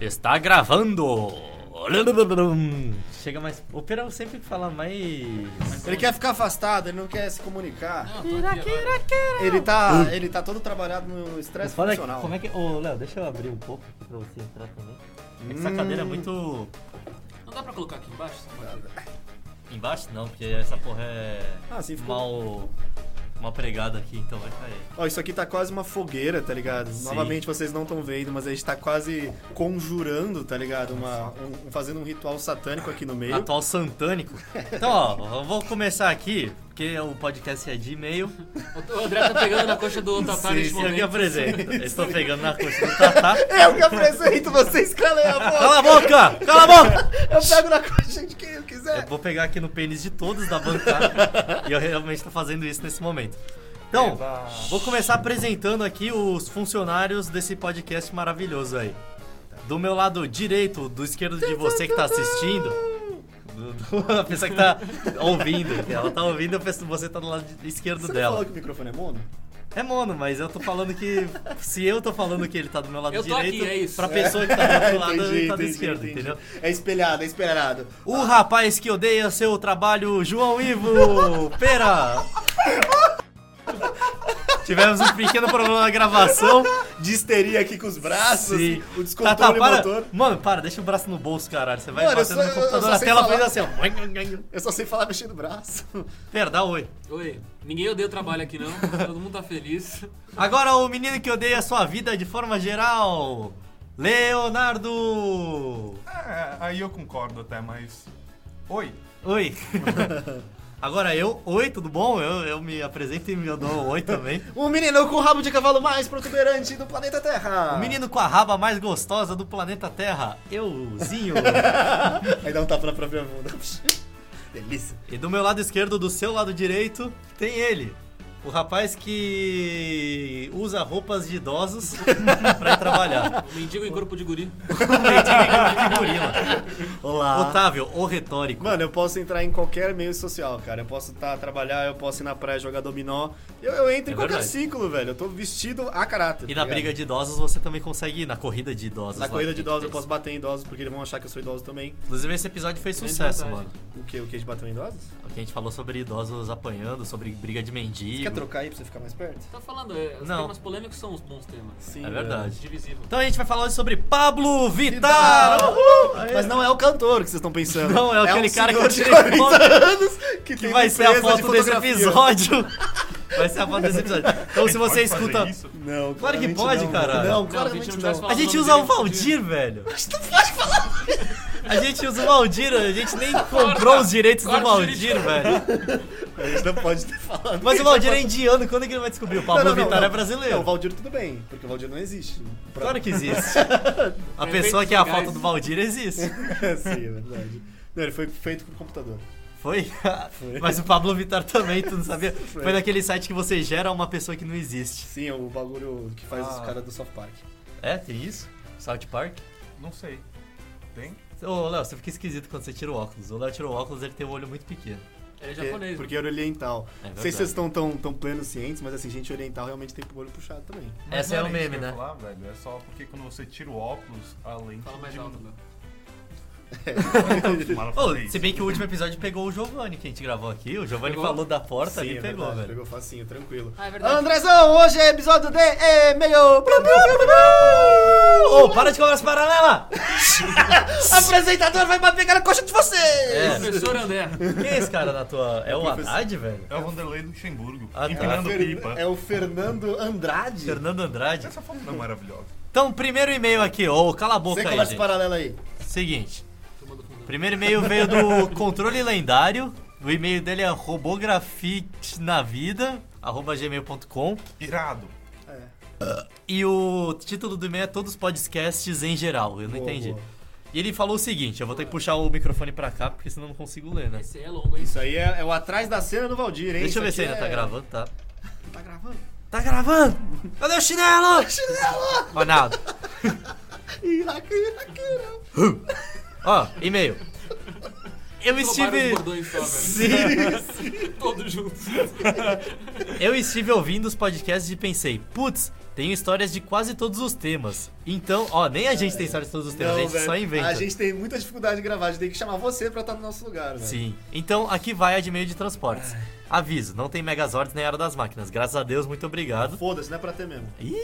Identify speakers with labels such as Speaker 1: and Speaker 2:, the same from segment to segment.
Speaker 1: Está gravando! Chega mais. O Perão sempre fala mais.
Speaker 2: Ele quer ficar afastado, ele não quer se comunicar.
Speaker 1: Kira, kira, kira.
Speaker 2: Ele tá, ele tá todo trabalhado no estresse
Speaker 3: Olha aqui,
Speaker 2: funcional. né?
Speaker 3: como é que. Ô, Léo, deixa eu abrir um pouco aqui pra você entrar também.
Speaker 1: É que Essa cadeira é muito.
Speaker 4: Não dá pra colocar aqui embaixo? Essa bateria?
Speaker 1: Embaixo não, porque essa porra é.
Speaker 2: Ah, assim ficou.
Speaker 1: mal. Mal pregada aqui, então vai cair.
Speaker 2: Ó, isso aqui tá quase uma fogueira, tá ligado?
Speaker 1: Sim.
Speaker 2: Novamente vocês não estão vendo, mas a gente tá quase conjurando, tá ligado? Uma, um- fazendo um ritual satânico aqui no meio.
Speaker 1: Atual santânico. Então, ó, eu vou começar aqui, porque o podcast é de e-mail.
Speaker 4: O André tá pegando na coxa do Tatar
Speaker 1: Sim, é
Speaker 4: neste
Speaker 1: sim, eu que
Speaker 4: momento.
Speaker 1: apresento. Eu Estou pegando na coxa do Tatá.
Speaker 2: Eu É que apresento, vocês calem a boca!
Speaker 1: Cala a boca! Cala a boca!
Speaker 2: Eu pego na coxa de quem eu
Speaker 1: Eu
Speaker 2: quiser!
Speaker 1: vou pegar aqui no pênis de todos da bancada. e eu realmente tô fazendo isso nesse momento. Então, vou começar apresentando aqui os funcionários desse podcast maravilhoso aí. Do meu lado direito, do esquerdo de você que tá assistindo. do- do- a pessoa que tá ouvindo. Ela tá ouvindo, eu penso que você tá do lado de- esquerdo
Speaker 2: Você não
Speaker 1: dela.
Speaker 2: falou que o microfone é mono?
Speaker 1: É mono, mas eu tô falando que. Se eu tô falando que ele tá do meu lado
Speaker 4: Eu tô
Speaker 1: direito,
Speaker 4: aqui, é isso.
Speaker 1: pra pessoa que tá do outro lado,
Speaker 2: Entendi,
Speaker 1: ele tá do
Speaker 2: entendi,
Speaker 1: esquerdo,
Speaker 2: entendi.
Speaker 1: entendeu?
Speaker 2: É espelhado, é espelhado.
Speaker 1: O rapaz que odeia seu trabalho, João Ivo! Pera! Tivemos um pequeno problema na gravação.
Speaker 2: De histeria aqui com os braços,
Speaker 1: Sim.
Speaker 2: o descontrole
Speaker 1: Tá, tá, para.
Speaker 2: motor.
Speaker 1: Mano, para, deixa o braço no bolso, caralho. Você vai
Speaker 2: Mano, eu
Speaker 1: batendo no
Speaker 2: só- eu- eu
Speaker 1: computador,
Speaker 2: só
Speaker 1: a
Speaker 2: sei
Speaker 1: tela
Speaker 2: falar.
Speaker 1: faz assim, ó.
Speaker 2: Eu só sei falar mexendo o braço.
Speaker 1: Pera, dá um oi.
Speaker 4: Oi, ninguém odeia o trabalho aqui não, todo mundo tá feliz.
Speaker 1: Agora o menino que odeia sua vida de forma geral, Leonardo!
Speaker 5: É, aí eu concordo até, mas. Oi!
Speaker 1: Oi! Agora eu, oi, tudo bom? Eu, eu me apresento e me dou um oi também.
Speaker 2: O menino com o rabo de cavalo mais protuberante do planeta Terra.
Speaker 1: O menino com a raba mais gostosa do planeta Terra, euzinho.
Speaker 2: Aí dá um tapa na própria bunda. Delícia.
Speaker 1: e do meu lado esquerdo, do seu lado direito, tem ele. O rapaz que usa roupas de idosos pra ir trabalhar.
Speaker 4: O mendigo em corpo de guri.
Speaker 1: Mendigo de gorila.
Speaker 2: Olá.
Speaker 1: Otávio, o retórico.
Speaker 2: Mano, eu posso entrar em qualquer meio social, cara. Eu posso estar trabalhar, eu posso ir na praia jogar dominó. Eu, eu entro
Speaker 1: É
Speaker 2: em qualquer
Speaker 1: verdade.
Speaker 2: ciclo, velho. Eu tô vestido a caráter.
Speaker 1: E na
Speaker 2: tá ligado?
Speaker 1: briga de idosos você também consegue ir, na corrida de idosos. né?
Speaker 2: Na
Speaker 1: lá
Speaker 2: corrida
Speaker 1: que
Speaker 2: de
Speaker 1: a gente
Speaker 2: idosos eu
Speaker 1: fez.
Speaker 2: posso bater em idosos porque eles vão achar que eu sou idoso também.
Speaker 1: Inclusive esse episódio fez sucesso,
Speaker 4: vantagem.
Speaker 1: mano.
Speaker 2: O que? O que de bater em idosos?
Speaker 1: O que a gente falou sobre idosos apanhando, sobre briga de mendigo.
Speaker 2: Quer trocar aí pra você ficar mais perto?
Speaker 4: Tá falando, é, os
Speaker 1: Não.
Speaker 4: temas polêmicos são os bons temas.
Speaker 2: Sim.
Speaker 1: É verdade.
Speaker 4: Divisível.
Speaker 1: Então a gente vai falar hoje sobre Pablo Vittar!
Speaker 2: Vittar!
Speaker 1: Uhul!
Speaker 2: Mas não é o cantor que vocês estão pensando.
Speaker 1: Não, é aquele
Speaker 2: um
Speaker 1: cara que
Speaker 2: senhor
Speaker 1: eu
Speaker 2: de
Speaker 1: tirei foto.
Speaker 2: 40 anos que,
Speaker 1: que
Speaker 2: tem
Speaker 1: vai
Speaker 2: uma
Speaker 1: ser a
Speaker 2: empresa de
Speaker 1: foto desse
Speaker 2: fotografia.
Speaker 1: episódio. Vai ser a foto desse episódio. Então se
Speaker 5: Pode
Speaker 1: você
Speaker 5: fazer
Speaker 1: escuta.
Speaker 5: isso?
Speaker 2: Não,
Speaker 1: Claro que
Speaker 2: claramente
Speaker 1: pode,
Speaker 2: não.
Speaker 1: cara.
Speaker 2: Não,
Speaker 4: Não, a gente
Speaker 2: claramente
Speaker 4: não
Speaker 2: não.
Speaker 4: deve
Speaker 1: A
Speaker 4: falar
Speaker 1: gente
Speaker 4: o nome
Speaker 1: usa o
Speaker 4: dele,
Speaker 1: Valdir, velho. A gente usa o Valdir, a gente nem comprou os direitos do
Speaker 4: Corta o
Speaker 1: Valdir,
Speaker 4: direito.
Speaker 1: velho.
Speaker 2: A gente não pode ter falado.
Speaker 1: Mas o Valdir é indiano, quando que ele vai descobrir? O
Speaker 2: Não,
Speaker 1: Pablo
Speaker 2: não, não,
Speaker 1: Vittar
Speaker 2: não.
Speaker 1: é
Speaker 2: Não, o
Speaker 1: brasileiro.
Speaker 2: Valdir tudo bem, porque o Valdir não existe. né?
Speaker 1: Claro que existe. A pessoa que é a
Speaker 4: Efeitos
Speaker 1: foto
Speaker 4: legais.
Speaker 1: do Valdir existe.
Speaker 2: Sim, é verdade. Não, ele foi feito por computador.
Speaker 1: Foi? Mas o Pablo Vittar também, tu não sabia?
Speaker 2: Foi.
Speaker 1: Foi naquele site que você gera uma pessoa que não existe.
Speaker 2: Sim, é o bagulho que faz os
Speaker 5: Ah.
Speaker 2: caras do South Park.
Speaker 1: É, tem isso? South Park?
Speaker 5: Não sei. Tem?
Speaker 1: Ô, Léo, você fica esquisito quando você tira o óculos. O Léo tirou o óculos, ele tem um olho muito pequeno.
Speaker 4: Ele é
Speaker 2: Porque-
Speaker 4: japonês.
Speaker 2: Porque era oriental.
Speaker 1: É
Speaker 2: não sei se vocês estão tão, tão plenos cientes, mas assim, gente oriental realmente tem o olho puxado também.
Speaker 5: Mas
Speaker 1: Essa
Speaker 5: não
Speaker 1: é o
Speaker 5: era
Speaker 1: meme,
Speaker 5: isso que eu
Speaker 1: né?
Speaker 5: ia Falar, velho. É só porque quando você tira o óculos, a lente.
Speaker 4: Fala mais alto, né? meu.
Speaker 1: Ô, se bem que o último episódio pegou o Giovanni que a gente gravou aqui. O Giovanni
Speaker 4: Pegou?
Speaker 1: falou da porta
Speaker 2: Sim,
Speaker 1: ali
Speaker 2: é
Speaker 1: e pegou,
Speaker 2: verdade,
Speaker 1: velho.
Speaker 2: Pegou facinho, tranquilo.
Speaker 4: Ah, é verdade.
Speaker 2: Andrezão, hoje é episódio de e-mail. Blu, blu, blu,
Speaker 1: Ô,
Speaker 2: blu.
Speaker 1: para de conversa paralela!
Speaker 2: Apresentador vai pra pegar a coxa de vocês!
Speaker 1: É.
Speaker 4: Professor André.
Speaker 1: Quem é esse cara na tua. É o
Speaker 2: professor-
Speaker 1: Haddad, velho?
Speaker 5: É o Vanderlei Luxemburgo.
Speaker 1: Ah, tá.
Speaker 5: empinando
Speaker 2: É o Fer-
Speaker 5: pipa.
Speaker 2: É o Fernando Andrade.
Speaker 1: Fernando Andrade.
Speaker 5: Essa foto não é maravilhosa.
Speaker 1: Então, primeiro e-mail aqui, ô, cala a boca
Speaker 2: Sem
Speaker 1: aí.
Speaker 2: conversa
Speaker 1: Gente.
Speaker 2: paralela aí.
Speaker 1: Seguinte.
Speaker 4: Turma do fundão.
Speaker 1: Primeiro e-mail veio do Controle Lendário. O e-mail dele é robografite na vida, arroba gmail.com.
Speaker 5: Irado.
Speaker 2: É.
Speaker 1: E o título do e-mail é Todos Podcasts em geral. Eu não
Speaker 2: Boa,
Speaker 1: entendi.
Speaker 2: boa.
Speaker 1: E ele falou o seguinte: eu vou ter que puxar o microfone pra cá, porque senão eu não consigo ler, né?
Speaker 4: Esse é longo, hein?
Speaker 2: Isso aí é, é o atrás da cena do Valdir, hein?
Speaker 1: Deixa eu ver
Speaker 2: Isso
Speaker 1: se
Speaker 2: aqui
Speaker 1: ainda
Speaker 2: é-
Speaker 1: tá gravando, tá?
Speaker 2: Tá gravando?
Speaker 1: Tá gravando! Cadê o chinelo? Chinelo! Ronaldo.
Speaker 2: Iraque, Iraque, não.
Speaker 1: Ó, e-mail. Eu
Speaker 4: Roubaram os
Speaker 1: estive.
Speaker 4: bordões só, velho.
Speaker 1: Sim.
Speaker 4: Todos juntos.
Speaker 1: Eu estive ouvindo os podcasts e pensei, putz, Tenho histórias de quase todos os temas. Então, ó, nem a gente tem histórias de todos os temas, Então, a gente
Speaker 2: velho,
Speaker 1: só inventa.
Speaker 2: A gente tem muita dificuldade de gravar, a gente tem que chamar você pra estar no nosso lugar, velho.
Speaker 1: Sim. Então, aqui vai a de meio de transportes. Aviso, não tem Megazords nem Era das Máquinas. Graças a Deus, muito obrigado.
Speaker 2: Foda-se, não é pra ter mesmo.
Speaker 1: Ih,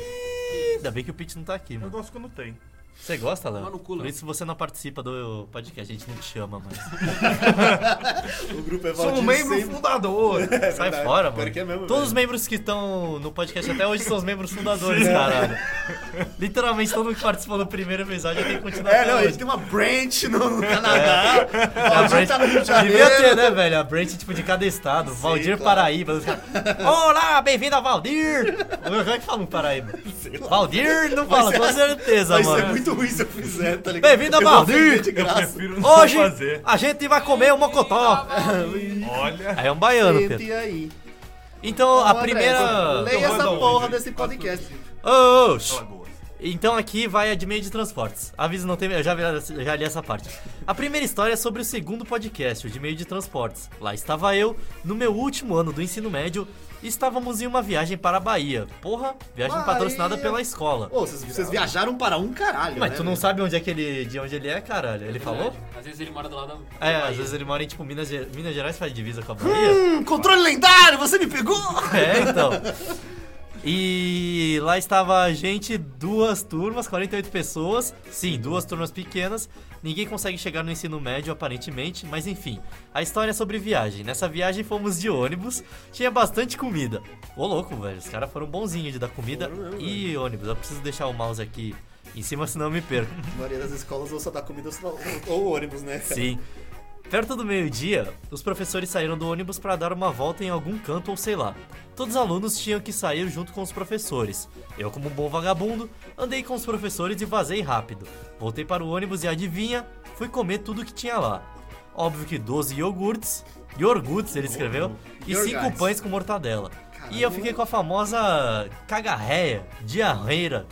Speaker 1: ainda bem que o Pete não tá aqui,
Speaker 5: Eu
Speaker 1: mano.
Speaker 5: gosto quando tem.
Speaker 1: Você gosta, Léo?
Speaker 4: Toma no cu, Léo.
Speaker 1: Por isso você não participa do podcast, a gente não te chama mais.
Speaker 2: O grupo é
Speaker 5: Sou
Speaker 2: Valdir
Speaker 5: um membro
Speaker 2: sempre-
Speaker 5: fundador.
Speaker 2: É
Speaker 1: Sai
Speaker 2: verdade.
Speaker 1: fora,
Speaker 2: Pior
Speaker 1: mano.
Speaker 2: que é mesmo,
Speaker 1: Todos os
Speaker 2: velho.
Speaker 1: membros que estão no podcast até hoje são os membros fundadores, caralho. Literalmente, todo mundo que participou do primeiro episódio tem que continuar
Speaker 2: É,
Speaker 1: até
Speaker 2: não, a gente
Speaker 1: hoje.
Speaker 2: tem uma branch no no
Speaker 1: É.
Speaker 2: Canadá. Valdir tá no Rio de
Speaker 1: Devia
Speaker 2: Janeiro.
Speaker 1: ter, né, velho? A branch, tipo, de cada estado. Valdir
Speaker 2: claro.
Speaker 1: Paraíba. Os caras, Olá, bem-vindo a Valdir! Como é que fala um Paraíba? Valdir não
Speaker 2: Vai
Speaker 1: fala,
Speaker 2: ser- assim.
Speaker 1: com certeza,
Speaker 2: Vai ser
Speaker 1: mano.
Speaker 2: muito ruim se eu fizer, tá ligado?
Speaker 1: Bem-vindo a
Speaker 2: Eu vou
Speaker 1: Valdir.
Speaker 2: vender de graça.
Speaker 5: Prefiro não
Speaker 1: Hoje
Speaker 5: fazer.
Speaker 1: a gente vai comer um mocotó.
Speaker 5: Olha.
Speaker 1: Aí é um baiano, Pedro.
Speaker 2: E aí?
Speaker 1: Então, a
Speaker 2: Ô, André,
Speaker 1: primeira...
Speaker 2: Leia
Speaker 5: Eu vou
Speaker 2: essa
Speaker 5: dar um
Speaker 2: porra
Speaker 5: vídeo.
Speaker 2: desse podcast.
Speaker 1: Ô, ô, ô,
Speaker 5: Alagoas.
Speaker 1: Então aqui vai a de meio de transportes. Aviso não tem. Eu já, vi- eu já li essa parte. A primeira história é sobre o segundo podcast, o de meio de transportes. Lá estava eu, no meu último ano do ensino médio, e estávamos em uma viagem para a Bahia. Porra, viagem
Speaker 2: Bahia.
Speaker 1: patrocinada pela escola.
Speaker 2: Ô, vocês, vocês viajaram para um caralho,
Speaker 1: Mas
Speaker 2: né,
Speaker 1: tu não
Speaker 2: velho?
Speaker 1: sabe onde é que ele, de onde ele é, caralho? Ele falou?
Speaker 4: Às vezes ele mora do lado da. da
Speaker 1: É,
Speaker 4: Bahia.
Speaker 1: às vezes ele mora em tipo Minas, Ge- Minas Gerais, faz divisa com a Bahia.
Speaker 2: Hum, controle lendário, você me pegou!
Speaker 1: É, então. E lá estava a gente, duas turmas, 48 pessoas. Sim, duas turmas pequenas. Ninguém consegue chegar no ensino médio, aparentemente, mas enfim. A história é sobre viagem. Nessa viagem fomos de ônibus, tinha bastante comida. Ô louco, velho, os caras foram bonzinhos de dar comida
Speaker 2: Foram mesmo,
Speaker 1: e ônibus. Eu preciso deixar o mouse aqui em cima, senão eu me perco.
Speaker 2: A maioria das escolas ou só dá comida ou, só dá- ou ônibus, né? cara?
Speaker 1: Sim. Perto do meio-dia, os professores saíram do ônibus para dar uma volta em algum canto ou sei lá. Todos os alunos tinham que sair junto com os professores. Eu, como um bom vagabundo, andei com os professores e vazei rápido. Voltei para o ônibus e adivinha, fui comer tudo que tinha lá. Óbvio que 12 iogurtes, iogurtes ele escreveu, e
Speaker 2: Iogurtes.
Speaker 1: 5 pães com mortadela.
Speaker 2: Caralho.
Speaker 1: E eu fiquei com a famosa cagarreia, diarreira.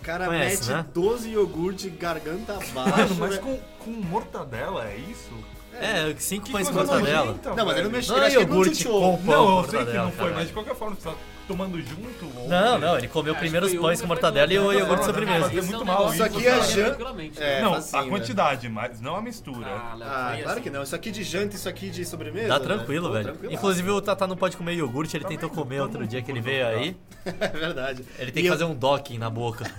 Speaker 2: O cara
Speaker 1: Conhece,
Speaker 2: mete
Speaker 1: né?
Speaker 2: 12 iogurte, garganta abaixo.
Speaker 5: Mano, mas
Speaker 2: velho.
Speaker 5: com, com mortadela, é isso?
Speaker 1: É, 5 pães com
Speaker 5: coisa
Speaker 1: mortadela.
Speaker 5: nojenta,
Speaker 2: Não, mas ele
Speaker 5: velho.
Speaker 2: não mexeu,
Speaker 1: Não
Speaker 2: ele um
Speaker 1: é
Speaker 2: acho que ele tá, não
Speaker 1: iogurte
Speaker 2: chuchou.
Speaker 1: com pão com
Speaker 5: Não, eu sei que
Speaker 1: mortadela,
Speaker 5: não foi,
Speaker 1: caralho.
Speaker 5: mas de qualquer forma, você tá tomando junto? ou-
Speaker 1: Não, não, ele comeu
Speaker 4: Acho
Speaker 1: é primeiro os
Speaker 4: que um o
Speaker 1: pães com
Speaker 4: iogurte
Speaker 1: mortadela e o
Speaker 4: vai-
Speaker 1: iogurte de
Speaker 5: Não, não, não,
Speaker 1: sobremesa.
Speaker 5: não,
Speaker 4: Esse é um
Speaker 5: muito mal
Speaker 4: negócio
Speaker 5: isso.
Speaker 4: que
Speaker 2: Isso aqui é
Speaker 4: você
Speaker 2: jan-
Speaker 4: tranquilamente,
Speaker 2: É,
Speaker 4: né?
Speaker 5: Não,
Speaker 2: faz assim,
Speaker 5: a
Speaker 2: né?
Speaker 5: quantidade, mas não a mistura.
Speaker 4: Ah, Léo,
Speaker 2: Ah,
Speaker 4: foi
Speaker 2: claro
Speaker 4: assim.
Speaker 2: que não. Isso aqui de janta, isso aqui de sobremesa. né?
Speaker 1: Dá tranquilo,
Speaker 2: Pô,
Speaker 1: velho.
Speaker 2: tranquilo.
Speaker 1: Inclusive o Tata não pode comer iogurte, ele
Speaker 5: Tá
Speaker 1: tentou
Speaker 5: vendo?
Speaker 1: comer
Speaker 5: Todo
Speaker 1: outro
Speaker 5: mundo
Speaker 1: dia que ele
Speaker 5: concorda,
Speaker 1: veio
Speaker 5: tá?
Speaker 1: aí.
Speaker 2: É verdade.
Speaker 1: Ele tem que
Speaker 2: E eu-
Speaker 1: fazer um docking na boca.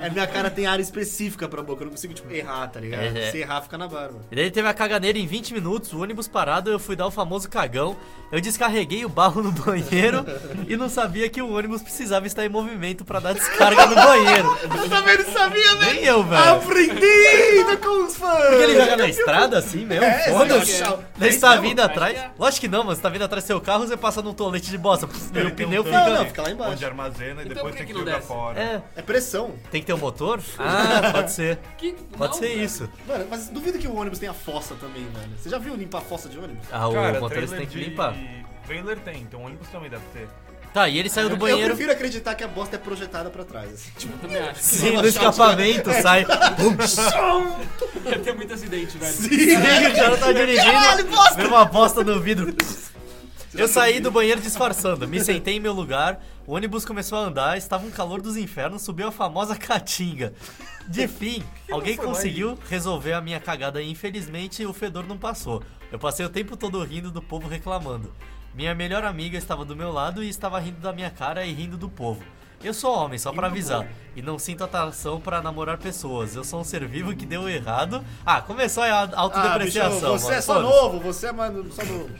Speaker 2: É, minha cara tem área específica pra boca, eu não consigo, tipo, errar, tá ligado?
Speaker 1: É, é.
Speaker 2: Se errar, fica na barba.
Speaker 1: E daí teve a caganeira em 20 minutos, o ônibus parado, eu fui dar o famoso cagão. Eu descarreguei o barro no banheiro e não sabia que o ônibus precisava estar em movimento pra dar descarga no banheiro.
Speaker 2: Eu também não sabia, velho!
Speaker 1: Nem eu, velho.
Speaker 2: Aprendi com os fãs! Então,
Speaker 1: Porque ele joga na estrada assim mesmo,
Speaker 2: É,
Speaker 1: foda-se.
Speaker 2: esse é o-
Speaker 1: Daí você tá vindo
Speaker 4: acho
Speaker 1: atrás.
Speaker 4: que é.
Speaker 1: Lógico que não, mano. Você tá vindo atrás do seu carro, você passa num tolete de bosta. pss, E
Speaker 5: Ele
Speaker 1: o
Speaker 5: tem um
Speaker 1: pneu
Speaker 5: tanque
Speaker 1: fica.
Speaker 2: Não, não, fica lá embaixo.
Speaker 5: Onde armazena e
Speaker 4: Então
Speaker 5: depois
Speaker 4: por que
Speaker 5: tem que
Speaker 4: que não
Speaker 5: jogar
Speaker 4: desce?
Speaker 5: fora.
Speaker 1: É,
Speaker 2: É pressão.
Speaker 1: tem que ter um motor? Ah, pode ser.
Speaker 4: Que-
Speaker 1: Pode
Speaker 4: não,
Speaker 1: ser
Speaker 4: velho.
Speaker 1: isso.
Speaker 2: Mano, mas duvido que o ônibus tenha fossa também, velho. Você já viu limpar a fossa de ônibus?
Speaker 1: Ah, o
Speaker 5: Cara,
Speaker 1: motorista tem
Speaker 5: trailer
Speaker 1: que
Speaker 5: de-
Speaker 1: limpar.
Speaker 5: Trailer tem, então ônibus também deve ter.
Speaker 1: Tá, e ele saiu do
Speaker 2: eu, eu
Speaker 1: banheiro.
Speaker 2: prefiro acreditar que a bosta é projetada pra trás, assim. Tipo,
Speaker 4: Eu também acho. que
Speaker 1: Sim,
Speaker 2: Uma
Speaker 1: no
Speaker 2: chave.
Speaker 1: escapamento
Speaker 5: É.
Speaker 1: sai.
Speaker 4: Deve ter muito acidente, velho.
Speaker 1: Sim, o cara tá dirigindo. Vê uma bosta no vidro. Eu saí do banheiro disfarçando, me sentei em meu lugar, o ônibus começou a andar, estava um calor dos infernos, subiu a famosa caatinga. De fim, alguém
Speaker 5: foi lá
Speaker 1: conseguiu resolver a minha cagada e infelizmente o fedor não passou. Eu passei o tempo todo rindo do povo reclamando. Minha melhor amiga estava do meu lado e estava rindo da minha cara e rindo do povo. Eu sou homem, só pra avisar, e não sinto atração pra namorar pessoas. Eu sou um ser vivo que deu errado. Ah, começou a
Speaker 2: ah, bicho,
Speaker 1: autodepreciação.
Speaker 2: você é
Speaker 1: mano.
Speaker 2: só
Speaker 1: Foda-se.
Speaker 2: novo, você é mais só novo.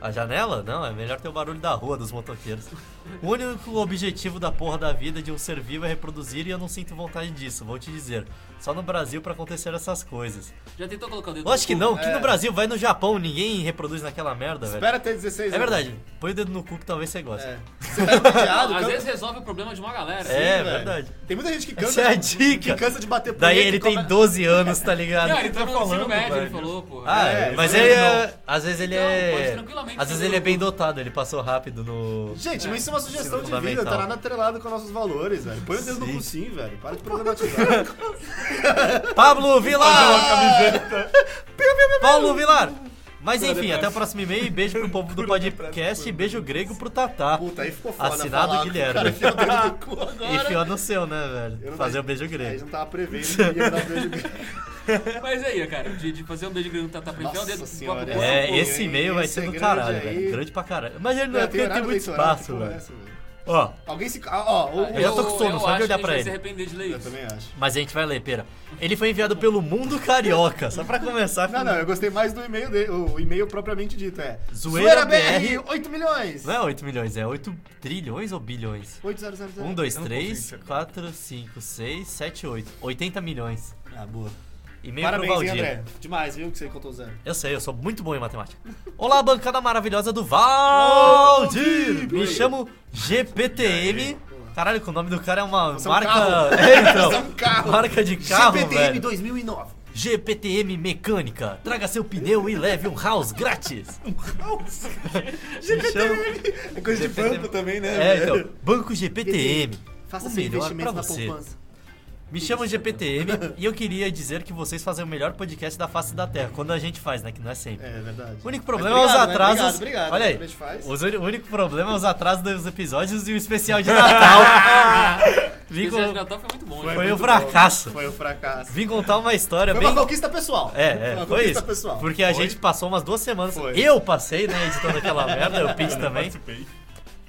Speaker 1: A janela? Não, é melhor ter o barulho da rua dos motoqueiros. O único objetivo da porra da vida de um ser vivo é reproduzir e eu não sinto vontade disso, vou te dizer. Só no Brasil pra acontecer essas coisas.
Speaker 4: Já tentou colocar o dedo
Speaker 1: Lógico que
Speaker 4: no cu?
Speaker 1: não, que no
Speaker 2: É.
Speaker 1: Brasil, vai no Japão, ninguém reproduz naquela merda, velho.
Speaker 2: Espera até 16
Speaker 1: É
Speaker 2: anos.
Speaker 1: verdade, põe o dedo no cu que talvez você goste.
Speaker 2: É. Você tá entediado,
Speaker 4: Às
Speaker 2: canta-
Speaker 4: vezes resolve o problema de uma galera.
Speaker 1: É,
Speaker 4: Sim.
Speaker 2: velho.
Speaker 1: verdade.
Speaker 2: Tem muita gente que cansa,
Speaker 1: Essa é a
Speaker 2: que
Speaker 1: dica.
Speaker 2: cansa de bater punheta
Speaker 1: Daí
Speaker 2: e
Speaker 1: ele tem
Speaker 2: come-
Speaker 1: 12 anos, tá ligado?
Speaker 4: Não, ele tá
Speaker 5: tá
Speaker 4: no ensino
Speaker 5: falando,
Speaker 4: médio, ele
Speaker 5: velho?
Speaker 4: falou, pô.
Speaker 1: Ah,
Speaker 2: É,
Speaker 1: mas
Speaker 2: isso
Speaker 1: ele
Speaker 5: é
Speaker 1: é. Às vezes ele
Speaker 4: Então, pode
Speaker 1: é.
Speaker 4: tranquilamente
Speaker 1: Às vezes
Speaker 4: fazer
Speaker 1: ele é
Speaker 4: o-
Speaker 1: bem dotado, ele passou rápido no.
Speaker 2: Gente, mas isso é uma sugestão de vida,
Speaker 1: fundamental.
Speaker 2: tá nada atrelado com nossos valores, velho. Põe o dedo
Speaker 1: Sim.
Speaker 2: no cu sim, velho. Para de problematizar.
Speaker 1: Pablo Vilar! Paulo Vilar! Mas
Speaker 5: Pra
Speaker 1: enfim,
Speaker 5: depressa.
Speaker 1: até o próximo e-mail. e Beijo pro povo do
Speaker 5: Cura depressa,
Speaker 1: podcast. e
Speaker 5: cura
Speaker 1: Beijo grego pro Tatá.
Speaker 2: Puta, aí ficou foda.
Speaker 1: Assinado
Speaker 2: falar que o
Speaker 1: Guilherme.
Speaker 2: cara enfiou o dedo no cu
Speaker 1: E
Speaker 2: agora.
Speaker 1: fio no seu, né,
Speaker 2: Eu
Speaker 1: velho?
Speaker 2: não
Speaker 1: Fazer
Speaker 2: imagino.
Speaker 1: o beijo
Speaker 2: Aí a
Speaker 1: grego.
Speaker 2: gente tava prevendo que ia dar beijo grego.
Speaker 4: Mas aí, cara, de, de fazer um beijo grande no Tatá pra enfiar o dedo
Speaker 2: Nossa
Speaker 4: no
Speaker 2: senhora,
Speaker 4: próprio corpo.
Speaker 1: É,
Speaker 2: Pô,
Speaker 1: esse
Speaker 2: hein,
Speaker 1: e-mail vai
Speaker 2: esse
Speaker 1: ser
Speaker 2: é
Speaker 1: do
Speaker 2: grande
Speaker 1: caralho,
Speaker 2: aí.
Speaker 1: velho. Grande pra caralho. Mas ele não é
Speaker 2: Tem
Speaker 1: porque ele tem
Speaker 2: horário
Speaker 1: muito
Speaker 2: eleitoral,
Speaker 1: espaço,
Speaker 2: tipo,
Speaker 1: velho.
Speaker 2: essa,
Speaker 1: Ó,
Speaker 2: Alguém se... Ah, ó, o-
Speaker 1: Eu já tô com sono, só de
Speaker 4: acho
Speaker 1: olhar
Speaker 4: que a gente
Speaker 1: pra
Speaker 4: vai
Speaker 1: ele.
Speaker 4: se arrepender de
Speaker 2: Eu
Speaker 4: ler isso.
Speaker 2: também acho.
Speaker 1: mas a gente vai ler, pera. Ele foi enviado pelo Mundo Carioca. Só pra começar.
Speaker 2: Não, não, eu gostei mais do e-mail dele, o e-mail propriamente dito, é...
Speaker 1: Zoeira BR,
Speaker 2: 8 milhões!
Speaker 1: Não é 8 milhões, é 8 trilhões ou bilhões?
Speaker 2: 8000.
Speaker 1: 1, 2,
Speaker 5: Eu não consigo
Speaker 1: 3,
Speaker 5: enxergar.
Speaker 1: 4, 5, 6, 7, 8. 80 milhões.
Speaker 2: Ah, boa.
Speaker 1: E-mail pro
Speaker 2: Parabéns, hein, André.
Speaker 1: Valdir.
Speaker 2: Demais, viu, que você contou o zero.
Speaker 1: Eu sei, eu sou muito bom em matemática. Olá, bancada maravilhosa do Valdir! Me chamo GPTM. Caralho, que o nome do cara é uma
Speaker 2: Você é um
Speaker 1: marca.
Speaker 2: carro.
Speaker 1: É, então.
Speaker 2: Você é um carro.
Speaker 1: Marca de carro, velho.
Speaker 2: 2009.
Speaker 1: GPTM Mecânica. Traga seu pneu e leve um house grátis. Um house? GPTM.
Speaker 2: É coisa de
Speaker 1: GPTM.
Speaker 2: banco também, né?
Speaker 1: É,
Speaker 2: velho?
Speaker 1: então. Banco GPTM.
Speaker 2: Faça
Speaker 1: o
Speaker 2: seu
Speaker 1: melhor pra
Speaker 2: investimento na
Speaker 1: você.
Speaker 2: poupança.
Speaker 1: Me chamam GPTM e eu queria dizer que vocês fazem o melhor podcast da face da Terra. Quando a gente faz, né? Que não é sempre.
Speaker 2: É verdade.
Speaker 1: O único
Speaker 2: Mas
Speaker 1: problema é os
Speaker 2: obrigado, né?
Speaker 1: atrasos.
Speaker 2: Obrigado, obrigado.
Speaker 1: Olha aí.
Speaker 2: A gente faz.
Speaker 1: Os uni- o único problema é os atrasos dos episódios e o especial de Natal. Vim
Speaker 4: Esse
Speaker 1: com-
Speaker 4: de Natal foi muito bom, né?
Speaker 1: Foi um
Speaker 2: muito
Speaker 1: fracasso.
Speaker 2: bom. Foi um fracasso.
Speaker 1: Vim contar uma história
Speaker 2: Foi
Speaker 1: bem.
Speaker 2: uma conquista pessoal.
Speaker 1: É, é,
Speaker 2: uma
Speaker 1: foi
Speaker 2: conquista
Speaker 1: isso.
Speaker 2: pessoal.
Speaker 1: Porque a gente passou umas duas semanas.
Speaker 2: Foi.
Speaker 1: Eu passei, né, editando aquela merda, eu pedi também.
Speaker 5: Participei.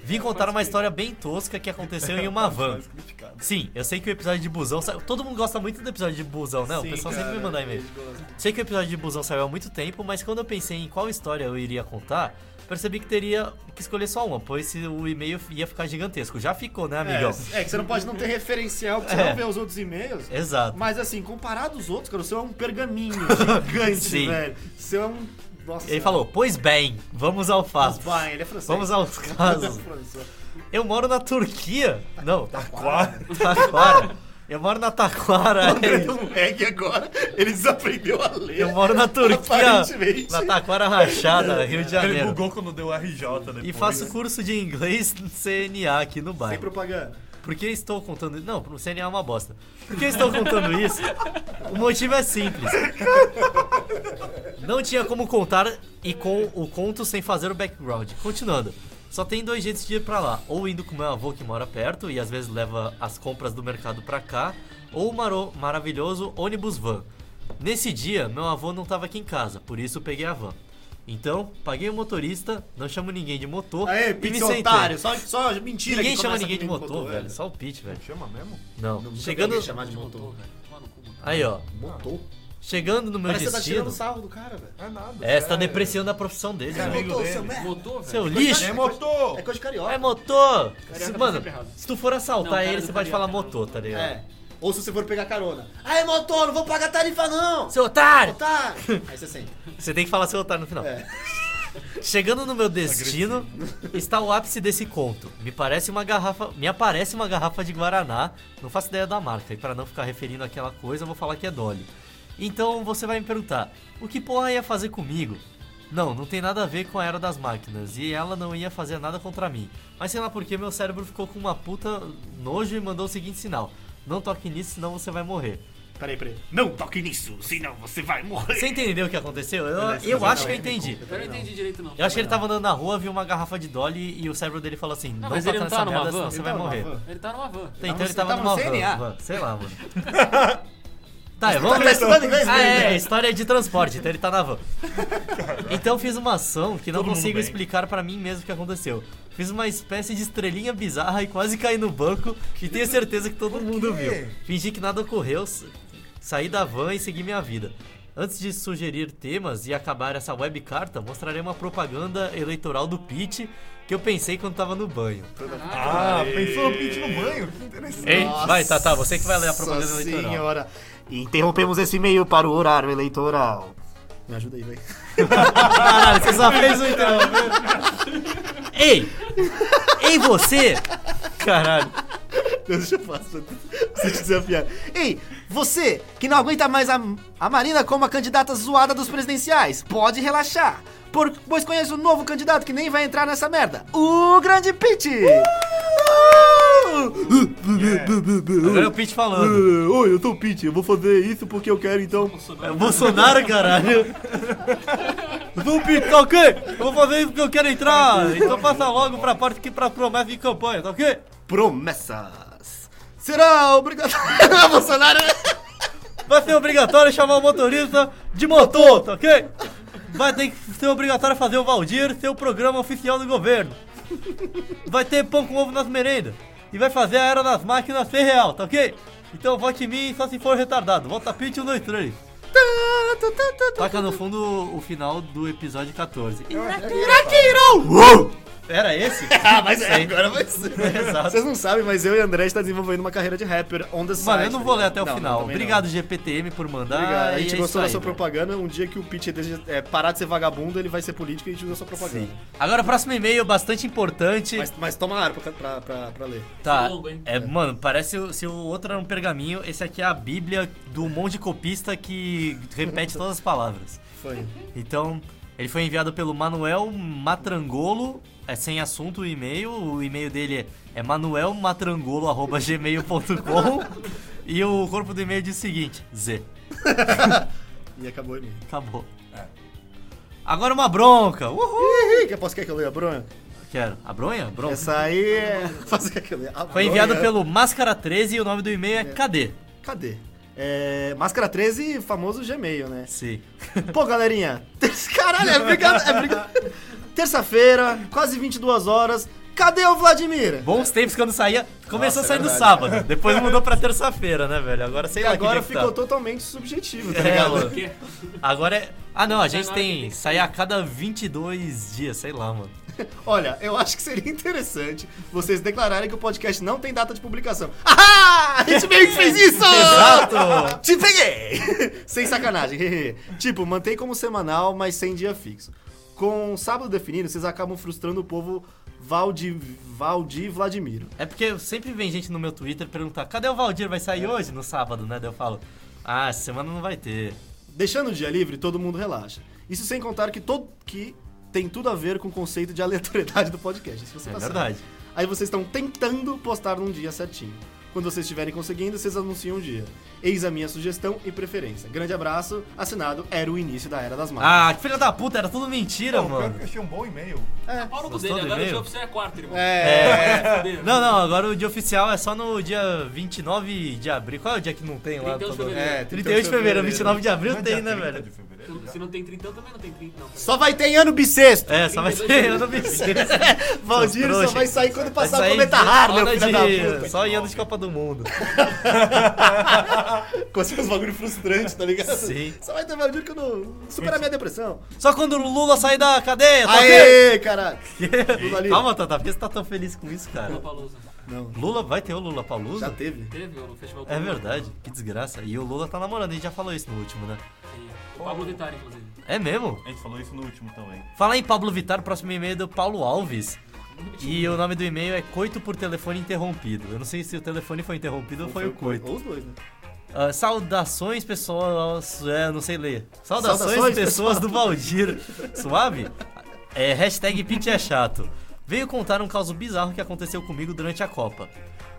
Speaker 1: Vim contar uma história bem tosca que aconteceu em uma van.
Speaker 5: Mais criticado.
Speaker 1: Sim, eu sei que o episódio de busão. sa- Todo mundo gosta muito do episódio de busão, né? O
Speaker 2: Sim,
Speaker 1: pessoal sempre
Speaker 2: cara, é
Speaker 1: me manda e-mail.
Speaker 2: eles gostam.
Speaker 1: Sei que o episódio de busão saiu há muito tempo, mas quando eu pensei em qual história eu iria contar, percebi que teria que escolher só uma, pois se o e-mail ia ficar gigantesco. Já ficou, né, amigão?
Speaker 2: É, é que você não pode não ter referencial, porque você
Speaker 1: É.
Speaker 2: não vê os outros e-mails.
Speaker 1: Exato.
Speaker 2: Mas assim, comparado aos outros, cara, o seu é um pergaminho gigante,
Speaker 1: Sim.
Speaker 2: velho. O seu é um. Nossa.
Speaker 1: Ele falou: Pois bem, vamos ao
Speaker 2: Mas
Speaker 1: fato.
Speaker 2: vai, ele é francês. é
Speaker 1: Vamos aos casos. Eu moro na Turquia.
Speaker 5: Tá
Speaker 1: Não, tá
Speaker 2: Taquara.
Speaker 1: Taquara. Eu moro na Taquara.
Speaker 2: André um reggae agora, ele desaprendeu a ler.
Speaker 1: Eu moro na Turquia.
Speaker 2: Aparentemente.
Speaker 1: Na Taquara Rachada, Rio de
Speaker 5: Ele
Speaker 1: Janeiro.
Speaker 5: bugou quando deu RJ depois.
Speaker 1: E faço curso de inglês no CNA aqui no
Speaker 2: Sem
Speaker 1: bairro.
Speaker 2: propaganda.
Speaker 1: Por que estou contando. Não, o CNA é uma bosta. Por que estou contando isso? O motivo é simples. Não tinha como contar e com o conto sem fazer o background. Continuando. Só tem dois jeitos de ir pra lá. Ou indo com meu avô que mora perto e às vezes leva as compras do mercado pra cá, ou o maro- maravilhoso ônibus van. Nesse dia, meu avô não tava aqui em casa, por isso eu peguei a van. Então, paguei o motorista, não chamo ninguém de motor
Speaker 2: Aê,
Speaker 1: e me
Speaker 2: pizza
Speaker 1: sentei.
Speaker 2: otário, só, só mentira
Speaker 1: Ninguém
Speaker 2: que
Speaker 1: chama
Speaker 2: começa
Speaker 1: ninguém de
Speaker 2: com
Speaker 1: motor, velho. Só o Pete, velho.
Speaker 5: Chama mesmo?
Speaker 1: Não.
Speaker 2: é. Não
Speaker 1: Chegando.
Speaker 2: Chegando... chamar de motor.
Speaker 4: Tomar no cu, mano.
Speaker 1: Aí, ó.
Speaker 2: Motor?
Speaker 1: Chegando no meu
Speaker 2: Parece que você tá
Speaker 1: destino.
Speaker 2: tirando sarro do cara, velho.
Speaker 5: Não é nada.
Speaker 1: É, você tá depreciando a profissão dele,
Speaker 5: É
Speaker 1: velho.
Speaker 5: amigo
Speaker 2: Motor, seu
Speaker 5: dele.
Speaker 2: merda.
Speaker 4: Motor, velho.
Speaker 1: Seu
Speaker 5: É
Speaker 1: lixo!
Speaker 5: motor!
Speaker 2: É coisa de carioca.
Speaker 1: É motor!
Speaker 2: Carioca
Speaker 1: Se-
Speaker 2: tá
Speaker 1: mano,
Speaker 2: sempre errado.
Speaker 1: se tu for
Speaker 4: Não,
Speaker 1: assaltar
Speaker 4: cara
Speaker 1: ele,
Speaker 4: do
Speaker 1: você pode falar
Speaker 4: carioca.
Speaker 1: motor, tá ligado?
Speaker 2: É. Ou se você for pegar carona. Aê, motor, não vou pagar tarifa não!
Speaker 1: Seu otário!
Speaker 2: Otário! Aí você sente.
Speaker 1: Você tem que falar seu otário no final.
Speaker 2: É.
Speaker 1: Chegando no meu destino, está o ápice desse conto. Me parece uma garrafa, me aparece uma garrafa de guaraná, não faço ideia da marca, e para não ficar referindo àquela coisa, eu vou falar que é Dolly. Então você vai me perguntar: "O que porra ia fazer comigo?" Não, não tem nada a ver com a era das máquinas e ela não ia fazer nada contra mim. Mas sei lá porque meu cérebro ficou com uma puta nojo e mandou o seguinte sinal: "Não toque nisso, senão você vai morrer."
Speaker 2: Peraí, peraí.
Speaker 6: Não toque nisso, senão você vai morrer.
Speaker 1: Você entendeu o que aconteceu? Eu,
Speaker 2: Beleza,
Speaker 1: eu
Speaker 2: mas
Speaker 1: acho
Speaker 2: não,
Speaker 1: que eu
Speaker 2: aí me
Speaker 1: entendi.
Speaker 4: Eu não entendi direito, não.
Speaker 1: Eu acho que ele tava andando na rua, viu uma garrafa de Dolly e o cérebro dele falou assim: não,
Speaker 4: mas
Speaker 1: toca
Speaker 4: ele não
Speaker 1: nessa
Speaker 4: tá numa
Speaker 1: merda, senão
Speaker 4: van?
Speaker 1: você
Speaker 4: Ele
Speaker 1: vai
Speaker 2: tava numa
Speaker 1: morrer.
Speaker 2: van?
Speaker 4: Ele tá numa van.
Speaker 1: Então ele
Speaker 2: Você
Speaker 1: tava
Speaker 2: tava
Speaker 1: numa
Speaker 2: no CNA?
Speaker 1: van, van, sei lá, mano. tá, eu vou
Speaker 2: Tá estudando inglês
Speaker 1: Ah,
Speaker 2: mesmo,
Speaker 1: é,
Speaker 2: né?
Speaker 1: história de transporte, então ele tá na van. Então fiz uma ação que não
Speaker 5: Todo mundo
Speaker 1: consigo
Speaker 5: bem.
Speaker 1: explicar pra mim mesmo o que aconteceu. Fiz uma espécie de estrelinha bizarra e quase caí no banco e tenho certeza que todo mundo viu. Fingi que nada ocorreu, s- saí da van e segui minha vida. Antes de sugerir temas e acabar essa web carta, mostrarei uma propaganda eleitoral do Pete que eu pensei quando tava no banho.
Speaker 5: Ah, pensou no pit no banho? Que interessante.
Speaker 1: Ei, vai, Tata, você que vai ler a propaganda
Speaker 2: Nossa
Speaker 1: eleitoral.
Speaker 2: senhora. Interrompemos esse e-mail para o horário eleitoral. Me ajuda aí, velho.
Speaker 1: Caralho, você só fez um então. Ei! Ei, você! Caralho.
Speaker 2: Deixa eu passar. Você te desafiar. Ei, você que não aguenta mais a, a Marina como a candidata zoada dos presidenciais, pode relaxar. Por, pois conheço um novo candidato que nem vai entrar nessa merda. O Grande Pete!
Speaker 1: Uh! Agora é o Pete falando.
Speaker 2: Oi, eu sou o Pete, eu vou fazer isso porque eu quero, então...
Speaker 1: É o Bolsonaro, caralho. Vou Pete, tá ok? Eu vou fazer isso porque eu quero entrar. Então passa logo pra parte que pra promessa de campanha, tá ok?
Speaker 2: Promessas. Será obrigatório... Bolsonaro...
Speaker 1: Vai ser obrigatório chamar o motorista de motor, tá ok? Vai ter que ser obrigatório fazer o Valdir ser o programa oficial do governo. Vai ter pão com ovo nas merendas. E vai fazer a era das máquinas ser real, tá ok? Então vote em mim só se for retardado. Vota Pitch 1, 2, 3.
Speaker 2: Tá,
Speaker 1: Toca no fundo o final do episódio 14. Era esse?
Speaker 2: Ah, mas é,
Speaker 1: Sei.
Speaker 2: agora vai ser.
Speaker 1: Exato.
Speaker 2: Vocês não sabem, mas eu e André está desenvolvendo uma carreira de rapper on the
Speaker 1: Mano,
Speaker 2: side.
Speaker 1: eu não vou ler até o
Speaker 2: Não,
Speaker 1: final.
Speaker 2: também não.
Speaker 1: Obrigado, GPTM, por mandar.
Speaker 2: Obrigado. A
Speaker 1: E
Speaker 2: gente
Speaker 1: é isso
Speaker 2: gostou da
Speaker 1: aí,
Speaker 2: sua
Speaker 1: velho.
Speaker 2: propaganda. Um dia que o Pitch deixa- é, parar de ser vagabundo, ele vai ser político e a gente usa a sua propaganda.
Speaker 1: Sim. Agora, o próximo e-mail, bastante importante.
Speaker 2: Mas, mas toma ar pra, pra, pra, pra ler.
Speaker 1: Tá.
Speaker 4: Longo, hein?
Speaker 1: É, mano, parece o- se o outro era um pergaminho, esse aqui é a Bíblia do monte copista que repete todas as palavras.
Speaker 2: Foi.
Speaker 1: Então, ele foi enviado pelo Manuel Matrangolo, é sem assunto o e-mail. O e-mail dele é manuelmatrangolo.gmail.com e o corpo do e-mail diz o seguinte: Z.
Speaker 2: E acabou o e-mail.
Speaker 1: Acabou.
Speaker 2: É.
Speaker 1: Agora uma bronca. Uhul!
Speaker 2: Ih, que- Posso quer que eu leia a bronha?
Speaker 1: Quero. A bronha? Bronca.
Speaker 2: Essa aí é. Posso quer que eu leia? A
Speaker 1: Foi enviado
Speaker 2: bronha? é.
Speaker 1: pelo Máscara 13 e o nome do e-mail é Cadê?
Speaker 2: Cadê? É, Máscara 13, famoso Gmail, né?
Speaker 1: Sim.
Speaker 2: Pô, galerinha. ter- Caralho, é briga. É briga... Terça-feira, quase 22 horas. Cadê o Vladimir?
Speaker 1: Bons tempos quando saía. Começou
Speaker 2: Nossa, é
Speaker 1: a sair no
Speaker 2: verdade.
Speaker 1: sábado. Depois mudou pra terça-feira, né, velho? Agora sei lá que
Speaker 2: Agora
Speaker 1: dia que
Speaker 2: ficou
Speaker 1: tá.
Speaker 2: totalmente subjetivo, tá
Speaker 1: É,
Speaker 2: ligado?
Speaker 1: mano.
Speaker 4: Por quê?
Speaker 1: Agora é. Ah, não, a gente
Speaker 4: na hora que
Speaker 1: tem.
Speaker 4: tem que
Speaker 1: Sair a cada 22 dias, sei lá, mano.
Speaker 2: Olha, eu acho que seria interessante vocês declararem que o podcast não tem data de publicação. Ah! A gente meio que fez isso!
Speaker 1: Exato!
Speaker 2: Te peguei! sem sacanagem. tipo, mantém como semanal, mas sem dia fixo. Com sábado definido, vocês acabam frustrando o povo Valdi, Valdi Vladimiro.
Speaker 1: É porque sempre vem gente no meu Twitter perguntar: cadê o Valdir? Vai sair hoje no sábado, né? Daí eu falo: ah, essa semana não vai ter.
Speaker 2: Deixando o dia livre, todo mundo relaxa. Isso sem contar que todo que tem tudo a ver com o conceito de aleatoriedade do podcast. Isso você
Speaker 1: É
Speaker 2: tá certo.
Speaker 1: verdade.
Speaker 2: Aí vocês estão tentando postar num dia certinho. Quando vocês estiverem conseguindo, vocês anunciam o dia. Eis a minha sugestão e preferência. Grande abraço, assinado Era o Início da Era das Máquinas.
Speaker 1: Ah, que filha da puta, era tudo mentira,
Speaker 5: Pô, pior
Speaker 1: mano.
Speaker 5: que eu achei um bom e-mail.
Speaker 4: Pau no cu
Speaker 1: Gostou
Speaker 4: dele,
Speaker 1: do
Speaker 4: agora
Speaker 1: e-mail?
Speaker 4: o jogo é quarto,
Speaker 1: Ah!
Speaker 4: irmão.
Speaker 2: É.
Speaker 4: Fudeu.
Speaker 1: Não, não, agora o dia oficial é só no dia 29 de abril. Qual é o dia que não tem lá?
Speaker 4: 31 de
Speaker 1: todo-
Speaker 4: fevereiro.
Speaker 1: É, 31 de fevereiro, 29 de abril
Speaker 5: Não é
Speaker 1: tem,
Speaker 5: dia
Speaker 1: né,
Speaker 5: 30
Speaker 1: velho?
Speaker 5: de fevereiro,
Speaker 4: Se-
Speaker 5: já?
Speaker 4: Se não tem 30, também não tem 30, não.
Speaker 2: Só vai ter em ano bissexto.
Speaker 1: É, só vai ser ano bissexto.
Speaker 2: Valdir só
Speaker 1: trouxa.
Speaker 2: vai sair quando
Speaker 1: Vai
Speaker 2: passar o
Speaker 1: sair
Speaker 2: cometa
Speaker 1: de-
Speaker 2: Harley,
Speaker 1: ano
Speaker 2: filho
Speaker 1: de-
Speaker 2: da puta.
Speaker 1: Só em ano de Copa do Mundo.
Speaker 2: Com esses bagulho frustrante, tá ligado?
Speaker 1: Sim.
Speaker 2: Só vai ter Valdir que eu não supera a minha depressão.
Speaker 1: Só quando o Lula sair da cadeia, tá ok?
Speaker 2: Aê, caralho. Lula livre.
Speaker 1: Calma, Tata, por que você tá tão feliz com isso,
Speaker 4: Lula
Speaker 1: cara?
Speaker 4: Palusa.
Speaker 2: Não,
Speaker 1: Lula vai ter o Lula
Speaker 2: já
Speaker 1: Palusa?
Speaker 2: teve.
Speaker 4: Teve o festival
Speaker 1: É
Speaker 4: Palusa.
Speaker 1: verdade, que desgraça. E o Lula tá namorando, a gente já falou isso no último, né?
Speaker 4: É. O Pablo Vittar, inclusive.
Speaker 1: É mesmo?
Speaker 5: A gente falou isso no último também.
Speaker 1: Falar em Pablo Vittar, o próximo e-mail é do Paulo Alves. E o nome do e-mail é Coito por Telefone Interrompido. Eu não sei se o telefone foi interrompido ou foi o coito.
Speaker 2: Ou os dois, né?
Speaker 1: Ah, saudações, pessoas. É, não sei ler. Saudações,
Speaker 2: Saudações,
Speaker 1: pessoas do Valdir. Suave? É, hashtag Pete é chato. Veio contar um caso bizarro que aconteceu comigo durante a Copa.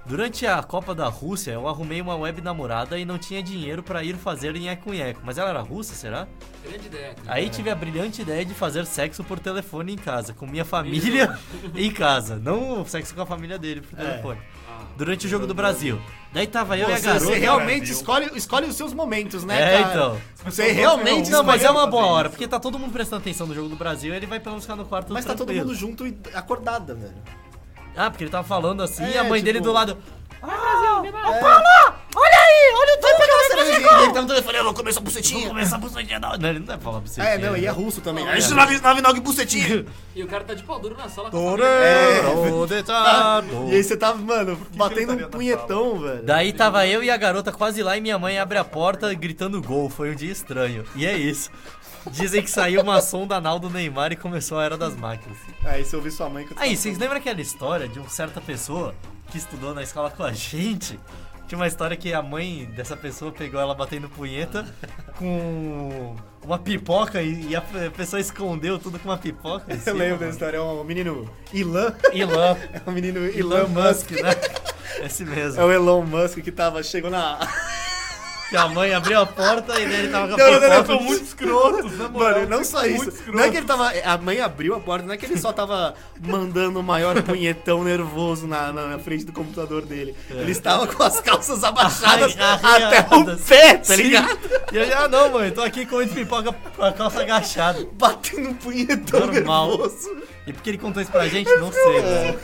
Speaker 1: Durante a Copa da Rússia, eu arrumei uma web namorada e não tinha dinheiro pra ir fazer em Ekunheco. Mas ela era russa, será?
Speaker 4: Grande ideia, cara.
Speaker 2: É.
Speaker 1: Aí tive a brilhante ideia de fazer sexo por telefone em casa, com minha família em casa. Não o sexo com a família dele
Speaker 2: É.
Speaker 1: por telefone.
Speaker 4: Ah.
Speaker 1: Durante o jogo do Brasil. Daí tava eu e a
Speaker 2: Você,
Speaker 1: garota.
Speaker 2: você realmente
Speaker 5: Brasil.
Speaker 2: escolhe, escolhe os seus momentos, né,
Speaker 1: É,
Speaker 2: cara?
Speaker 1: então.
Speaker 2: Você realmente
Speaker 1: Não, mas é uma
Speaker 5: fazer
Speaker 1: boa hora,
Speaker 5: isso.
Speaker 1: porque tá todo mundo prestando atenção no jogo do Brasil, ele vai pelo menos ficar no quarto
Speaker 2: Mas tá todo
Speaker 1: tranquilo.
Speaker 2: mundo junto e acordada, velho.
Speaker 1: Ah, porque ele tava falando assim,
Speaker 2: É,
Speaker 1: e a mãe dele
Speaker 2: tipo- é."
Speaker 1: do lado. "Ah,
Speaker 2: Vai pegar uma cervejinha!
Speaker 6: Ele tá no telefone, eu vou comer essa bucetinha.
Speaker 1: Começa a bucetinha da. Não, ele não vai falar bucetinha.
Speaker 2: É, não, e é russo também.
Speaker 6: Ah, Isso, 999 bucetinha.
Speaker 4: E o cara tá de pau duro na sala.
Speaker 2: É. E aí você tá, mano, batendo
Speaker 5: gritaria
Speaker 2: um
Speaker 5: na
Speaker 2: punhetão, velho.
Speaker 1: Daí tava eu e a garota quase lá e minha mãe abre a porta gritando gol. Foi um dia estranho. E é isso. Dizem que saiu uma sonda anal do Neymar e começou a era das máquinas.
Speaker 2: Aí você ouviu sua mãe que eu
Speaker 1: Aí, vocês lembram aquela história de uma certa pessoa que estudou na escola com a gente? Tinha uma história que a mãe dessa pessoa pegou ela batendo punheta com uma pipoca e e a pe- pessoa escondeu tudo com uma pipoca. em cima,
Speaker 2: Eu lembro
Speaker 1: mano.
Speaker 2: dessa história, é um menino Ilan.
Speaker 1: Elon,
Speaker 2: É um menino
Speaker 1: Elon
Speaker 2: Ilan
Speaker 1: Musk,
Speaker 2: Musk.
Speaker 1: né? Esse mesmo.
Speaker 2: É o Elon Musk que tava, chegou na.
Speaker 1: Que a mãe abriu a porta e daí ele tava com a
Speaker 2: Não, não, não,
Speaker 1: pipoca.
Speaker 2: não, foi muito escroto.
Speaker 5: moral,
Speaker 2: Mano, não só
Speaker 5: muito
Speaker 2: isso.
Speaker 5: escroto.
Speaker 2: Não é que ele tava. A mãe abriu a porta, não é que ele só tava mandando o maior punhetão nervoso na, na- na frente do computador dele.
Speaker 1: É.
Speaker 2: Ele estava com as calças abaixadas
Speaker 1: Arranhadas.
Speaker 2: até o pé, tá
Speaker 1: Sim.
Speaker 2: ligado?
Speaker 1: E eu já, ah, não, mãe, tô aqui comendo pipoca com a calça agachada.
Speaker 2: Batendo um punhetão
Speaker 1: Normal.
Speaker 2: nervoso.
Speaker 1: E por que ele contou isso pra gente? Não sei. né?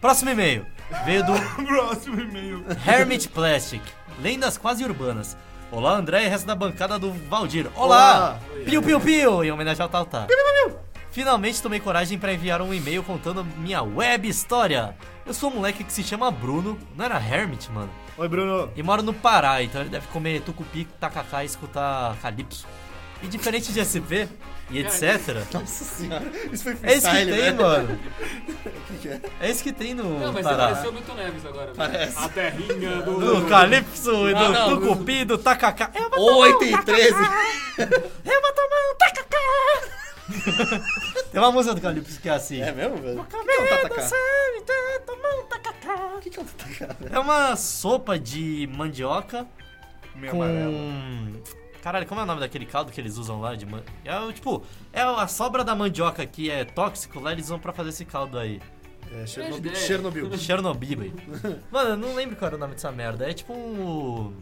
Speaker 1: Próximo e-mail. Veio do
Speaker 5: Próximo e-mail.
Speaker 1: Hermit Plastic. Lendas quase urbanas. Olá, André e resto da bancada do Valdir. Olá! Piu, piu, piu! Em homenagem ao Tautar. Finalmente tomei coragem pra enviar um e-mail contando minha web história. Eu sou um moleque que se chama Bruno. Não era Hermit, mano.
Speaker 2: Oi, Bruno.
Speaker 1: E moro no Pará, então ele deve comer tucupi, tacacá e escutar calypso. E diferente de SP e etc.
Speaker 2: Nossa senhora. Isso foi
Speaker 1: É isso que
Speaker 2: freestyle,
Speaker 1: tem,
Speaker 2: né?
Speaker 1: mano.
Speaker 2: que é?
Speaker 1: É isso que tem no
Speaker 4: Não, mas você
Speaker 1: Pará.
Speaker 4: pareceu Milton Neves agora. velho. A terrinha do...
Speaker 1: Do Calypso e
Speaker 4: Ah,
Speaker 1: do
Speaker 4: não,
Speaker 1: Tucupi, do Tacacá. Eu vou, um
Speaker 2: 8 e 13.
Speaker 1: eu vou tomar um Tacacá! tem uma música do Calypso que é assim.
Speaker 2: É mesmo, velho? O que, que é um tatacá?
Speaker 1: então
Speaker 2: O que, que é um tatacá, velho?
Speaker 1: É uma sopa de mandioca
Speaker 5: Meio
Speaker 1: com.
Speaker 5: amarelo.
Speaker 1: Caralho, como é o nome daquele caldo que eles usam lá de man... É o tipo, é a sobra da mandioca que é tóxico, lá eles vão pra fazer esse caldo aí.
Speaker 2: É,
Speaker 4: ideia.
Speaker 2: Chernobyl.
Speaker 1: Chernobyl. aí. Mano, eu não lembro qual era o nome dessa merda. É tipo um.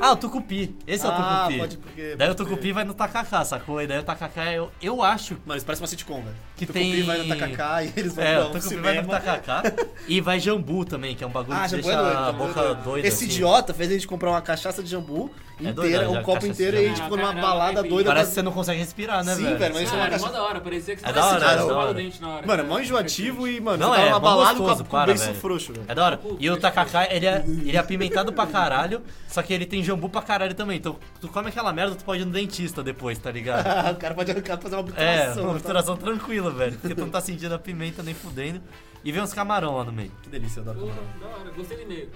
Speaker 1: Ah, o Tucupi. Esse é o
Speaker 2: tá Ah,
Speaker 1: Tucupi.
Speaker 2: pode porque.
Speaker 1: Daí o
Speaker 2: pode
Speaker 1: Tucupi vai no Tacacá, sacou? E daí o Tacacá, eu, eu acho
Speaker 2: Mano, isso parece uma sitcom, velho.
Speaker 1: Que
Speaker 2: Tucupi
Speaker 1: tem-
Speaker 2: vai no Tacacá e eles vão
Speaker 1: É,
Speaker 2: pra
Speaker 1: o
Speaker 2: um
Speaker 1: Tucupi vai no
Speaker 2: cinema.
Speaker 1: Tacacá. e vai Jambu também, que é um bagulho
Speaker 2: Ah,
Speaker 1: que
Speaker 2: Jambu
Speaker 1: deixa
Speaker 2: é doido,
Speaker 1: a
Speaker 2: Jambu é
Speaker 1: boca
Speaker 4: doido.
Speaker 1: doida.
Speaker 2: Esse
Speaker 1: assim.
Speaker 2: idiota fez a gente comprar uma cachaça de jambu
Speaker 1: É
Speaker 2: inteira,
Speaker 1: doido, é,
Speaker 2: um
Speaker 1: é,
Speaker 2: copo
Speaker 1: cachaça de
Speaker 2: inteiro,
Speaker 1: jambu.
Speaker 2: e a gente ficou numa
Speaker 4: Caralho,
Speaker 2: balada
Speaker 4: arrepio.
Speaker 2: doida.
Speaker 1: Parece que
Speaker 2: pra-
Speaker 1: você não consegue respirar, né,
Speaker 2: Sim,
Speaker 1: velho?
Speaker 2: velho, mas isso é
Speaker 4: Ah,
Speaker 2: uma
Speaker 4: era mó
Speaker 2: cachaça.
Speaker 4: da hora, parecia que você
Speaker 1: É
Speaker 4: tava
Speaker 1: da hora,
Speaker 4: sentindo
Speaker 1: é da
Speaker 4: a bola
Speaker 1: hora.
Speaker 4: do dente na hora.
Speaker 2: Mano, é mó enjoativo e, mano,
Speaker 1: Não,
Speaker 2: você tava
Speaker 1: é,
Speaker 2: numa
Speaker 1: mó
Speaker 2: balada com,
Speaker 1: gostoso,
Speaker 2: a- com o
Speaker 1: para,
Speaker 2: beiço
Speaker 1: velho.
Speaker 2: frouxo, velho.
Speaker 1: É da hora. E o tacacá, ele é, ele é apimentado pra caralho, só que ele tem jambu pra caralho também. Então, tu come aquela merda, tu pode ir no dentista depois, tá ligado?
Speaker 2: o cara pode arrancar pra fazer uma
Speaker 1: É,
Speaker 2: obturação.
Speaker 1: uma
Speaker 2: né?
Speaker 1: obturação tranquila, velho. Porque tu não tá sentindo a pimenta nem fudendo. E vem uns camarão lá no meio.
Speaker 2: Que delícia, eu adoro.
Speaker 4: Porra, da hora. Gostei do e-mail.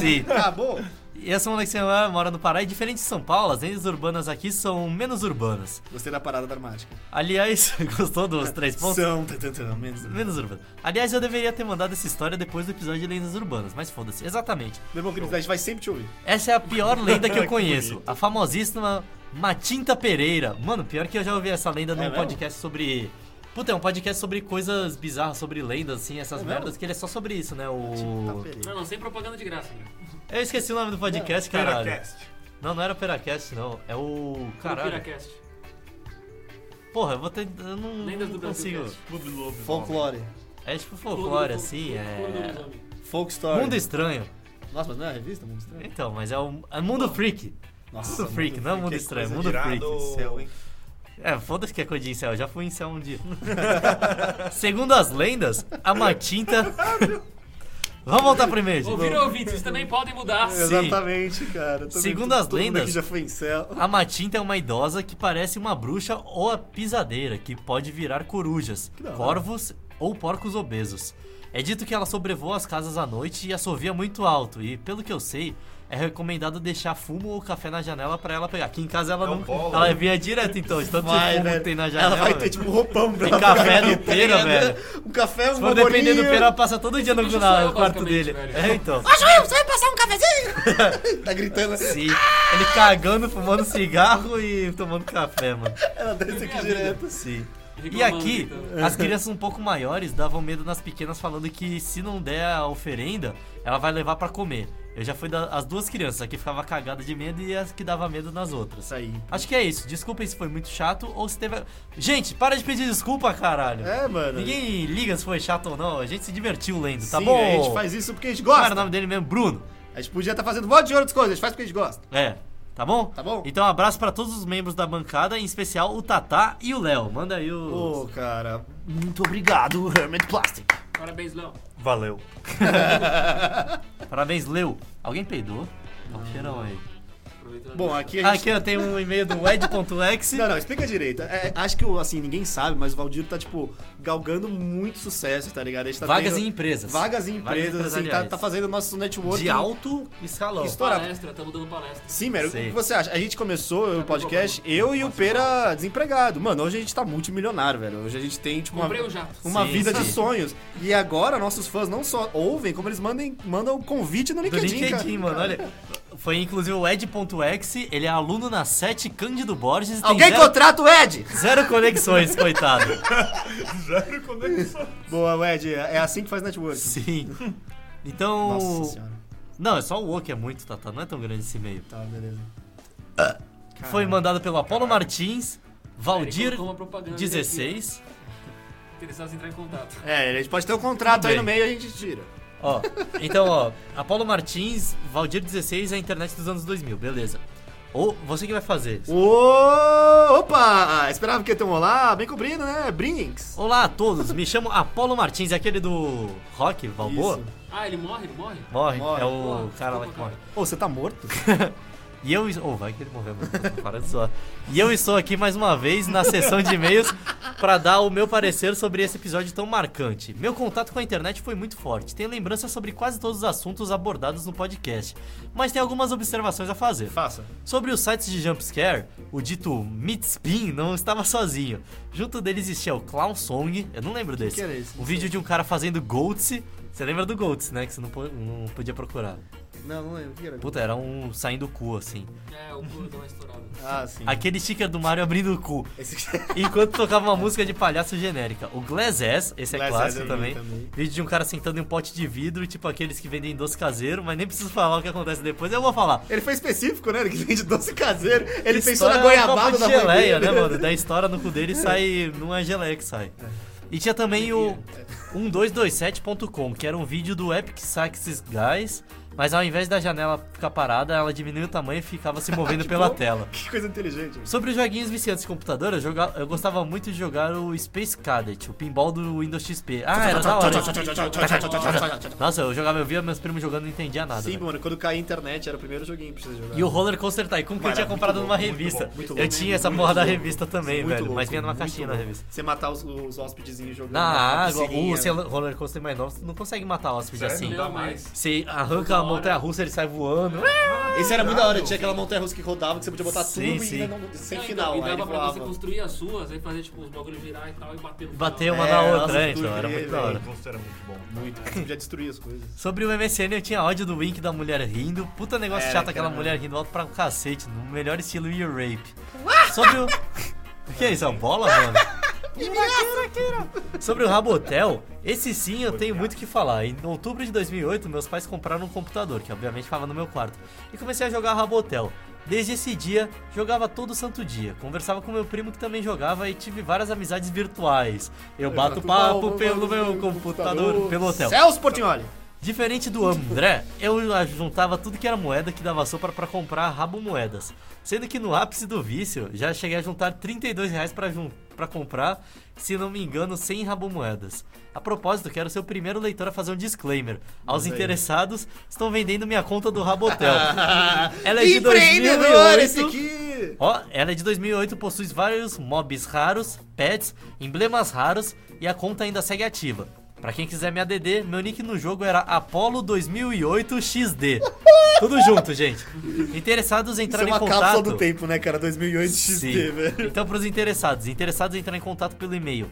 Speaker 1: Sim.
Speaker 2: Acabou?
Speaker 1: E essa moleque que mora- mora no Pará e diferente de São Paulo, as lendas urbanas aqui são menos urbanas.
Speaker 2: Gostei da parada dramática.
Speaker 1: Aliás, gostou dos três pontos?
Speaker 2: São, tan, tan, tan, menos.
Speaker 1: Menos urbana. Aliás, eu deveria ter mandado essa história depois do episódio de lendas urbanas, mas foda-se. Exatamente.
Speaker 2: Meu irmão, querido, a gente vai sempre te ouvir.
Speaker 1: Essa é a pior lenda que eu conheço. a famosíssima Matinta Pereira. Mano, pior que eu já ouvi essa lenda num
Speaker 2: mesmo?
Speaker 1: podcast sobre. Puta, é um podcast sobre coisas bizarras, sobre lendas, assim, essas
Speaker 2: É mesmo?
Speaker 1: merdas, que ele é só sobre isso, né?
Speaker 2: Tá
Speaker 1: O.
Speaker 2: feliz.
Speaker 4: Não, não, sem propaganda de graça. né?
Speaker 1: Eu esqueci o nome do podcast, caralho.
Speaker 5: Peracast.
Speaker 1: Não, não era Peracast, não. É o. Caralho.
Speaker 4: Piracast.
Speaker 1: Porra, eu vou ter. Eu não,
Speaker 4: Lendas
Speaker 1: não
Speaker 4: do
Speaker 1: consigo.
Speaker 4: Brasil.
Speaker 5: Lobisomem.
Speaker 2: Folclore.
Speaker 1: É tipo folclore, assim, é.
Speaker 2: Folk Story.
Speaker 1: Mundo Estranho.
Speaker 2: Nossa, mas não é a revista Mundo Estranho?
Speaker 1: Então, mas é o. É Mundo Freak.
Speaker 2: Nossa,
Speaker 1: Mundo Freak, não é Mundo Estranho, é Mundo Freak.
Speaker 5: Céu, hein?
Speaker 1: É, foda-se que é coisa de incel, eu já fui incel um dia. Segundo as lendas, a Matinta. Vamos voltar pro e-mail, gente.
Speaker 4: Ouviram ouvintes, vocês também podem mudar.
Speaker 1: Sim.
Speaker 2: Exatamente, cara. Também
Speaker 1: Segundo
Speaker 2: todo-
Speaker 1: as
Speaker 2: todo mundo
Speaker 1: lendas-
Speaker 2: aqui já foi em céu.
Speaker 1: A Matinta é uma idosa que parece uma bruxa ou a pisadeira, que pode virar corujas,
Speaker 2: da hora.
Speaker 1: corvos ou porcos obesos. É dito que ela sobrevoa as casas à noite e assovia muito alto, e pelo que eu sei, é recomendado deixar fumo ou café na janela pra ela pegar. Aqui em casa ela
Speaker 5: É um
Speaker 1: não.
Speaker 5: bolo.
Speaker 1: Ela vinha direto então, de tanto
Speaker 2: né? Vai,
Speaker 1: fumo
Speaker 2: velho.
Speaker 1: que tem na janela. né?
Speaker 2: ela vai ter
Speaker 1: velho.
Speaker 2: tipo um roupão pra
Speaker 1: Tem
Speaker 2: ela
Speaker 1: café
Speaker 2: ficar
Speaker 1: no
Speaker 2: aqui, tá
Speaker 1: pera,
Speaker 2: ligado?
Speaker 1: velho.
Speaker 2: Um café, um
Speaker 1: Se for depender do
Speaker 2: bolinho.
Speaker 1: pera, ela passa todo dia no,
Speaker 4: bicho
Speaker 1: na-
Speaker 4: sou eu,
Speaker 1: no quarto
Speaker 4: basicamente,
Speaker 1: dele.
Speaker 4: velho.
Speaker 1: É, então.
Speaker 2: Tá gritando assim.
Speaker 1: Sim. Ele cagando, fumando cigarro e tomando café, mano.
Speaker 2: Ela desce aqui direto.
Speaker 1: Sim. E
Speaker 4: Reclamando,
Speaker 1: aqui,
Speaker 4: então.
Speaker 1: as crianças um pouco maiores davam medo nas pequenas falando que se não der a oferenda, ela vai levar pra comer. Eu já fui das duas crianças, a que ficava cagada de medo e as que dava medo nas outras.
Speaker 2: Isso aí.
Speaker 1: Acho que é isso. Desculpem se foi muito chato ou se teve. Gente, para de pedir desculpa, caralho.
Speaker 2: É, mano.
Speaker 1: Ninguém liga se foi chato ou não. A gente se divertiu lendo, tá
Speaker 2: Sim,
Speaker 1: bom?
Speaker 2: A gente faz isso porque a gente
Speaker 1: Qual era o
Speaker 2: gosta.
Speaker 1: nome dele mesmo? Bruno.
Speaker 2: A gente podia estar fazendo um monte de outras coisas, a gente faz porque a gente gosta.
Speaker 1: É. Tá bom?
Speaker 2: Tá bom?
Speaker 1: Então, abraço pra todos os membros da bancada, em especial o Tatá e o Léo. Manda aí
Speaker 2: Ô,
Speaker 1: o.
Speaker 2: cara.
Speaker 6: Muito obrigado, Hermit Plastic.
Speaker 4: Parabéns, Léo.
Speaker 5: Valeu.
Speaker 1: Parabéns, Leu. Alguém peidou? Tá um cheirão aí.
Speaker 4: aproveitando.
Speaker 2: Bom, aqui a gente...
Speaker 1: Aqui eu tenho um e-mail do ed.exe.
Speaker 2: Não, não, explica direito. É, acho que, o- assim, ninguém sabe, mas o Valdir tá, tipo, galgando muito sucesso, tá ligado? A gente tá
Speaker 7: Vagas
Speaker 2: tendo
Speaker 7: em empresas.
Speaker 2: Vagas em
Speaker 1: Vagas
Speaker 2: empresas, assim, tá,
Speaker 1: empresariais.
Speaker 2: tá fazendo nosso network
Speaker 1: De alto escalão.
Speaker 2: Isso. estourar.
Speaker 4: palestra, estamos dando palestra.
Speaker 2: Sim, mano, o
Speaker 1: Sei.
Speaker 2: que você acha? A gente começou o podcast,
Speaker 4: bom,
Speaker 2: eu e o Pera desempregado. Mano, hoje a gente tá multimilionário, velho. Hoje a gente tem, tipo, uma,
Speaker 4: Comprei o jato.
Speaker 2: uma
Speaker 1: Sim,
Speaker 2: vida de
Speaker 1: sim.
Speaker 2: sonhos. E agora nossos fãs não só ouvem, como eles mandem, mandam convite no
Speaker 1: Do
Speaker 2: LinkedIn,
Speaker 1: LinkedIn,
Speaker 2: cara.
Speaker 1: mano, olha. Foi inclusive o Ed.exe, ele é aluno na 7 Cândido Borges. tem
Speaker 2: Alguém
Speaker 1: zero,
Speaker 2: contrata o Ed!
Speaker 1: zero conexões, coitado.
Speaker 2: Boa, o Ed, é assim que faz network.
Speaker 1: Sim. Então.
Speaker 2: Nossa senhora.
Speaker 1: Não, é só o O que é muito, Tata. Não é tão grande esse e-mail.
Speaker 2: Tá, beleza.
Speaker 1: Foi mandado pelo Apolo Martins,
Speaker 4: Ele
Speaker 1: Valdir
Speaker 4: colocou uma propaganda
Speaker 1: 16.
Speaker 4: aqui, Interessados em entrar em contato.
Speaker 2: É, a gente pode ter um contrato
Speaker 1: Tudo
Speaker 2: aí
Speaker 1: bem.
Speaker 2: no meio e a gente tira.
Speaker 1: Ó, então, ó, Apolo Martins, Valdir 16 é a internet dos anos 2000, beleza. Ou você que vai fazer.
Speaker 2: Ô, opa! Esperava que ia ter um olá bem cobrido, né? Brinks.
Speaker 1: Olá a todos, me chamo Apolo Martins, é aquele do rock, Balboa?
Speaker 2: Isso.
Speaker 4: Ah, ele morre? Ele morre?
Speaker 1: Morre,
Speaker 2: Morre.
Speaker 1: é o
Speaker 4: Morre,
Speaker 1: cara lá que
Speaker 4: desculpa,
Speaker 1: morre.
Speaker 2: Ô, você tá morto?
Speaker 1: E eu. Oh, vai que ele morreu, mano. Para de zoar. E eu estou aqui mais uma vez na sessão de e-mails para dar o meu parecer sobre esse episódio tão marcante. Meu contato com a internet foi muito forte. Tenho lembranças sobre quase todos os assuntos abordados no podcast, mas tem algumas observações a fazer.
Speaker 2: Faça.
Speaker 1: Sobre os sites de jumpscare, o dito Mitspin não estava sozinho. Junto dele existia o Clown Song, eu não lembro desse.
Speaker 2: que era esse?
Speaker 1: Um vídeo de um cara fazendo Goats. Você lembra do Goats, né? Que você não, po- não podia procurar.
Speaker 2: Não, não lembro. O que era?
Speaker 1: Puta, era um saindo do cu, assim.
Speaker 4: É, o pulo deu uma estourada.
Speaker 2: Ah, sim.
Speaker 1: Aquele sticker do Mario abrindo o cu.
Speaker 2: Esse...
Speaker 1: Enquanto tocava uma música de palhaço genérica. O Glass Ass, esse é
Speaker 2: Glass Ass
Speaker 1: clássico
Speaker 2: eu vi
Speaker 1: também.
Speaker 2: também.
Speaker 1: Vídeo de um cara sentando em um pote de vidro, tipo aqueles que vendem doce caseiro, mas nem preciso falar o que acontece depois, eu vou falar.
Speaker 2: Ele foi específico, né? Ele que vende doce caseiro. Ele pensou
Speaker 1: Estoura
Speaker 2: na
Speaker 1: um
Speaker 2: goiabada
Speaker 1: copo
Speaker 2: da
Speaker 1: de
Speaker 2: mãe
Speaker 1: geleia,
Speaker 2: dele.
Speaker 1: né, mano? Da história no cu dele sai. Não é geleia que sai. E tinha também o 1227.com, que era um vídeo do Epic Sax Guys, mas ao invés da janela ficar parada, ela diminuiu o tamanho e ficava se movendo pela tela.
Speaker 2: Que coisa inteligente.
Speaker 1: Sobre os joguinhos viciantes de computador, eu, joga- eu gostava muito de jogar o Space Cadet, o pinball do Windows XP. Ah, era da hora. Nossa, eu jogava, eu via meus primos jogando e não entendia nada.
Speaker 2: Sim,
Speaker 1: velho.
Speaker 2: mano, quando caía a internet era o primeiro joguinho que precisa jogar.
Speaker 1: E o Roller Coaster Tycoon que eu
Speaker 2: Cara,
Speaker 1: tinha
Speaker 2: muito
Speaker 1: comprado
Speaker 2: bom,
Speaker 1: numa
Speaker 2: muito
Speaker 1: revista.
Speaker 2: bom, muito
Speaker 1: eu
Speaker 2: bom.
Speaker 1: tinha essa
Speaker 2: Muito
Speaker 1: porra da
Speaker 2: louco,
Speaker 1: revista também,
Speaker 2: Muito
Speaker 1: velho.
Speaker 2: louco,
Speaker 1: mas vinha numa
Speaker 2: muito
Speaker 1: caixinha
Speaker 2: louco.
Speaker 1: na revista.
Speaker 2: Você matar os, os hóspedezinhos jogando.
Speaker 1: Na água, o
Speaker 2: piscininha.
Speaker 1: seu roller coaster mais novo, você não consegue matar hóspede
Speaker 5: Sério?
Speaker 1: assim.
Speaker 5: Não dá
Speaker 4: Não,
Speaker 5: mais.
Speaker 4: mas-
Speaker 1: Você arranca a montanha russa, ele sai voando. eh,
Speaker 2: Esse era muito da hora, tinha aquela montanha russa que rodava que você podia botar
Speaker 1: Sim,
Speaker 2: tudo
Speaker 1: sim.
Speaker 2: e ainda não, sem
Speaker 4: Não, então,
Speaker 2: final.
Speaker 4: E
Speaker 2: aí ele
Speaker 4: dava pra você
Speaker 2: voava.
Speaker 4: construir as suas, aí fazer tipo os bagulhos girar e tal e bater no final.
Speaker 1: Bater uma
Speaker 2: É,
Speaker 1: na
Speaker 2: nossa,
Speaker 1: outra, né,
Speaker 2: tudo
Speaker 1: então era
Speaker 2: que-
Speaker 1: muito da hora.
Speaker 5: Gosto era muito bom.
Speaker 2: Muito, você podia destruir as coisas.
Speaker 1: Sobre o MSN, eu tinha ódio do Wink da mulher rindo. Puta negócio
Speaker 2: Era,
Speaker 1: chato aquela
Speaker 2: cara.
Speaker 1: mulher rindo alto pra um cacete, no melhor estilo Ear Rape. Sobre o. O que é isso? É uma bola, mano? Sobre o Rabotel, esse sim eu tenho muito o que falar. Em outubro de 2008, meus pais compraram um computador, que obviamente ficava no meu quarto, e comecei a jogar Rabotel. Desde esse dia, jogava todo santo dia. Conversava com meu primo que também jogava e tive várias amizades virtuais. Eu bato papo pelo meu computador, pelo hotel.
Speaker 2: Celso Portignoli.
Speaker 1: Diferente do André, eu juntava tudo que era moeda que dava sopa pra comprar rabo moedas. Sendo que no ápice do vício, já cheguei a juntar 32 reais pra, jun- pra comprar, se não me engano, 100 rabo moedas. A propósito, quero ser o primeiro leitor a fazer um disclaimer. Aos interessados, estão vendendo minha conta do Rabotel. Ela é de
Speaker 2: Empreendedor esse
Speaker 1: 2008.
Speaker 2: aqui.
Speaker 1: Ó, ela é de 2008, possui vários mobs raros, pets, emblemas raros e a conta ainda segue ativa. Pra quem quiser me ADD, meu nick no jogo era Apollo 2008 XD. Tudo junto, gente. Interessados
Speaker 2: Isso é
Speaker 1: entrarem
Speaker 2: uma
Speaker 1: em contato.
Speaker 2: cápsula do tempo, né, cara? 2008 XT,
Speaker 1: Sim.
Speaker 2: velho.
Speaker 1: Então, pros interessados, interessados entrarem em contato pelo e-mail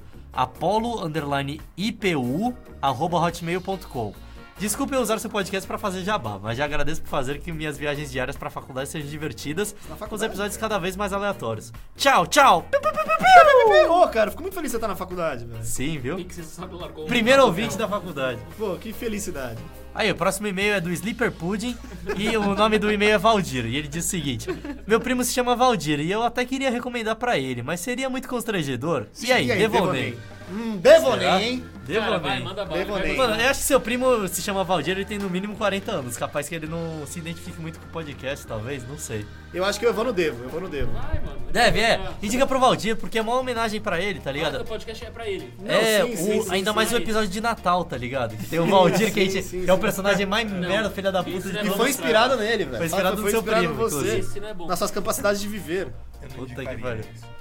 Speaker 1: apolo_ipu@hotmail.com. Desculpa eu usar seu podcast pra fazer jabá, mas já agradeço por fazer que minhas viagens diárias pra faculdade sejam divertidas, com os episódios cada vez mais aleatórios. Tchau, tchau! Piu, piu, piu, piu, piu.
Speaker 2: Ô, cara, fico muito feliz de você estar na faculdade, velho.
Speaker 1: Sim, viu?
Speaker 4: Quem que você sabe largou o
Speaker 1: Primeiro
Speaker 4: papel.
Speaker 1: ouvinte da faculdade.
Speaker 2: Pô, que felicidade.
Speaker 1: Aí, o próximo e-mail é do Sleeper Pudding e o nome do e-mail é Valdir. E ele diz o seguinte: Meu primo se chama Valdir e eu até queria recomendar pra ele, mas seria muito constrangedor. e aí, Devonei?
Speaker 2: Hum, Devonei,
Speaker 1: Será?
Speaker 2: hein?
Speaker 4: Cara, vai,
Speaker 1: Devonei.
Speaker 4: manda né? bala.
Speaker 2: Devonei.
Speaker 4: vai,
Speaker 1: Mano, eu acho que seu primo se chama Valdir, ele tem no mínimo 40 anos. Capaz que ele não se identifique muito com o podcast, talvez, não sei.
Speaker 2: Eu acho que eu vou no Devo, eu vou no Devo.
Speaker 4: Vai, mano.
Speaker 1: Deve, é.
Speaker 4: Ah,
Speaker 1: Indica pro Valdir, porque é uma homenagem pra ele, tá ligado?
Speaker 4: O podcast é pra ele.
Speaker 1: é,
Speaker 2: sim, sim,
Speaker 1: o-
Speaker 2: sim,
Speaker 1: ainda
Speaker 4: sim,
Speaker 1: mais
Speaker 4: sim.
Speaker 1: o episódio de Natal, tá ligado? Que tem o Valdir, que, a gente,
Speaker 2: sim, sim,
Speaker 1: que é o
Speaker 2: sim.
Speaker 1: personagem mais merda, filha da puta.
Speaker 4: isso é
Speaker 1: De...
Speaker 2: E
Speaker 4: Vamos
Speaker 2: foi inspirado
Speaker 4: mostrar.
Speaker 2: nele, velho.
Speaker 1: Foi inspirado no
Speaker 2: foi
Speaker 1: seu
Speaker 2: inspirado
Speaker 1: primo,
Speaker 2: em você,
Speaker 1: inclusive.
Speaker 4: Esse não é bom.
Speaker 2: nas suas capacidades de viver.
Speaker 5: Eu não
Speaker 1: Puta que
Speaker 5: indicaria
Speaker 1: pariu.
Speaker 5: isso.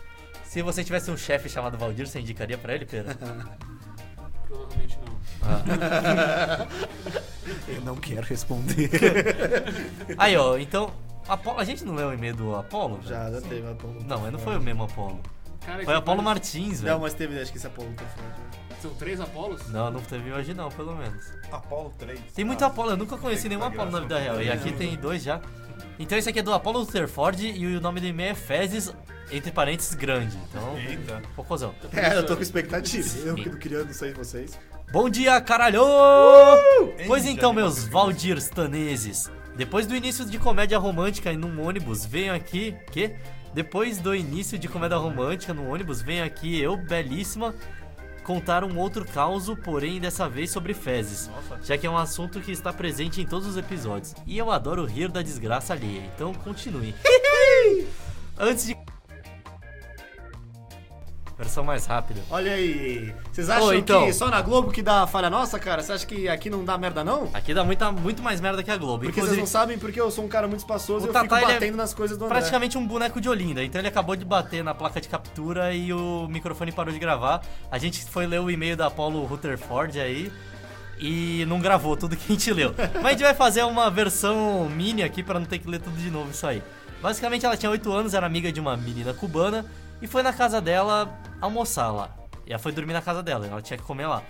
Speaker 1: Se você tivesse um chefe chamado Valdir, você indicaria pra ele, Pedro?
Speaker 4: Provavelmente não.
Speaker 2: Eu não quero responder.
Speaker 1: Aí, ó, então. Apolo, a gente não leu o e-mail do Apolo? velho?
Speaker 2: Já, já teve Apolo.
Speaker 1: Não, né? mas não foi o mesmo Apolo.
Speaker 4: Cara,
Speaker 1: Foi
Speaker 4: que-
Speaker 1: Apolo Martins,
Speaker 2: Não,
Speaker 1: velho.
Speaker 2: mas teve, acho que esse Apolo tá frente.
Speaker 4: São três Apolos?
Speaker 1: Não, não teve hoje não, pelo menos.
Speaker 5: Apolo 3.
Speaker 1: Tem muito
Speaker 5: Ah,
Speaker 1: Apolo, eu nunca conheci nenhum Apolo na vida real. E aqui tem dois já. Então esse aqui é do Apolo Rutherford e o nome do e-mail é Fezes, entre parênteses, grande. Então,
Speaker 5: Eita.
Speaker 1: cocôzão.
Speaker 2: É, eu tô com expectativa. Eu que não queria, não sei de vocês.
Speaker 1: Bom dia, caralho! Pois
Speaker 2: Uh!
Speaker 5: Ei,
Speaker 1: então,
Speaker 5: já
Speaker 1: meus
Speaker 5: deu pra
Speaker 1: Valdir Staneses, depois do início de comédia romântica em um ônibus, venho aqui. Que? Depois do início de comédia romântica no ônibus, venho aqui eu, belíssima, contar um outro caos, porém dessa vez sobre fezes, já que é um assunto que está presente em todos os episódios. E eu adoro rir da desgraça alheia, então continue. Antes de. Versão mais rápida.
Speaker 2: Olha aí. Vocês acham
Speaker 1: Ô, então.
Speaker 2: que só na Globo que dá falha nossa, cara? Você acha que aqui não dá merda, não?
Speaker 1: Aqui dá muita, muito mais merda que a Globo.
Speaker 2: Porque vocês
Speaker 1: Inclusive,
Speaker 2: não sabem, porque eu sou um cara muito espaçoso
Speaker 1: O
Speaker 2: e eu
Speaker 1: Tatá,
Speaker 2: fico
Speaker 1: ele é
Speaker 2: batendo nas coisas do André.
Speaker 1: praticamente um boneco de Olinda. Então ele acabou de bater na placa de captura e o microfone parou de gravar. A gente foi ler o e-mail da Paulo Rutherford aí e não gravou tudo que a gente leu. Mas a gente vai fazer uma versão mini aqui pra não ter que ler tudo de novo isso aí. Basicamente ela tinha 8 anos, era amiga de uma menina cubana e foi na casa dela almoçar lá. E ela foi dormir na casa dela, ela tinha que comer lá.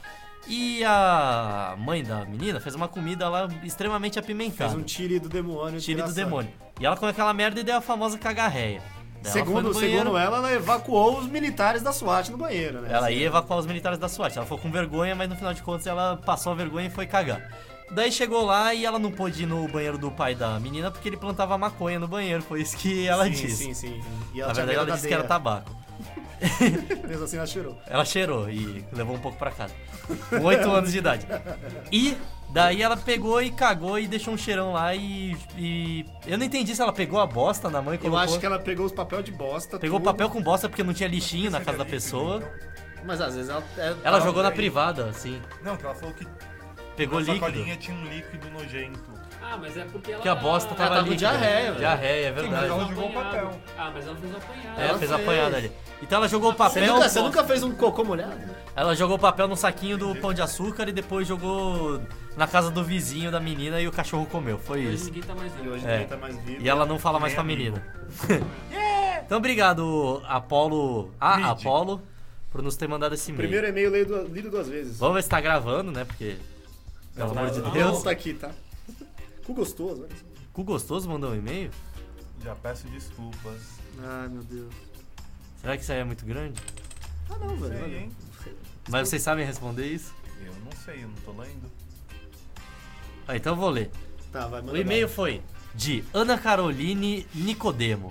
Speaker 1: E a mãe da menina fez uma comida lá extremamente apimentada.
Speaker 2: Fez um tire do demônio.
Speaker 1: Tire do
Speaker 2: desgraçado.
Speaker 1: demônio. E ela comeu aquela merda e deu a famosa cagarreia. Daí ela,
Speaker 2: Segundo,
Speaker 1: foi no banheiro,
Speaker 2: segundo ela, ela evacuou os militares da SWAT no banheiro, né?
Speaker 1: ela ia evacuar os militares da SWAT. Ela ficou com vergonha, mas no final de contas ela passou a vergonha e foi cagar. Daí chegou lá e ela não pôde ir no banheiro do pai da menina porque ele plantava maconha no banheiro. Foi isso que ela
Speaker 2: sim,
Speaker 1: disse.
Speaker 2: Sim, sim. E
Speaker 1: Na
Speaker 2: tinha
Speaker 1: verdade,
Speaker 2: medo
Speaker 1: ela tá
Speaker 2: da
Speaker 1: disse que era
Speaker 2: Deia.
Speaker 1: tabaco.
Speaker 2: Mesmo assim, ela cheirou.
Speaker 1: Ela cheirou e levou um pouco pra casa. Com 8 anos de idade. E daí ela pegou e cagou e deixou um cheirão lá e. e- Eu não entendi se ela pegou a bosta na mãe e
Speaker 2: Eu
Speaker 1: colocou.
Speaker 2: acho que ela pegou os papel de bosta.
Speaker 1: Pegou
Speaker 2: tudo,
Speaker 1: papel com bosta porque não tinha lixinho na casa da pessoa.
Speaker 2: Mas às vezes ela. é-
Speaker 1: Ela
Speaker 5: Ah,
Speaker 1: jogou na
Speaker 5: peraí.
Speaker 1: privada, assim.
Speaker 5: Não, que ela falou que
Speaker 1: Pegou
Speaker 5: na
Speaker 1: líquido.
Speaker 5: sacolinha tinha um líquido nojento.
Speaker 4: Ah, mas é porque ela.
Speaker 1: Que a bosta
Speaker 2: Ah, tava
Speaker 1: tava
Speaker 2: com
Speaker 1: líquida.
Speaker 2: diarreia, velho.
Speaker 1: Diarreia, é
Speaker 5: mas
Speaker 1: verdade.
Speaker 5: ela jogou o papel.
Speaker 4: Ah, mas ela fez uma apanhada.
Speaker 1: É,
Speaker 2: ela
Speaker 1: fez
Speaker 2: fez.
Speaker 1: a apanhada ali. Então ela jogou o papel.
Speaker 2: Você nunca, você nunca fez um cocô molhado?
Speaker 1: Ela jogou o papel no saquinho do pão de açúcar e depois jogou na casa do vizinho da menina e o cachorro comeu. Foi
Speaker 4: Hoje
Speaker 1: isso.
Speaker 4: ninguém tá mais vendo.
Speaker 2: E hoje
Speaker 1: É.
Speaker 2: ninguém tá mais vivo.
Speaker 1: E ela não fala mais com a menina. então obrigado, Apolo. Ah,
Speaker 5: Mid.
Speaker 1: Apolo, por nos ter mandado esse e-mail.
Speaker 2: Primeiro e-mail lido, lido duas vezes.
Speaker 1: Vamos ver se tá gravando, né? Porque. Pelo amor de
Speaker 2: Não,
Speaker 1: Deus.
Speaker 2: tá aqui, tá? Cu gostoso, né? olha só.
Speaker 1: Cu gostoso mandou um e-mail?
Speaker 5: Já peço desculpas.
Speaker 2: Ai, meu Deus.
Speaker 1: Será que isso aí é muito grande?
Speaker 2: Ah, não,
Speaker 5: Não
Speaker 2: velho.
Speaker 5: sei,
Speaker 2: olha.
Speaker 5: hein?
Speaker 1: Mas vocês sabem responder isso?
Speaker 5: Eu não sei, eu não tô lendo.
Speaker 1: Ah, então eu vou ler.
Speaker 2: Tá, vai, manda.
Speaker 1: O e-mail foi de Ana Caroline Nicodemo.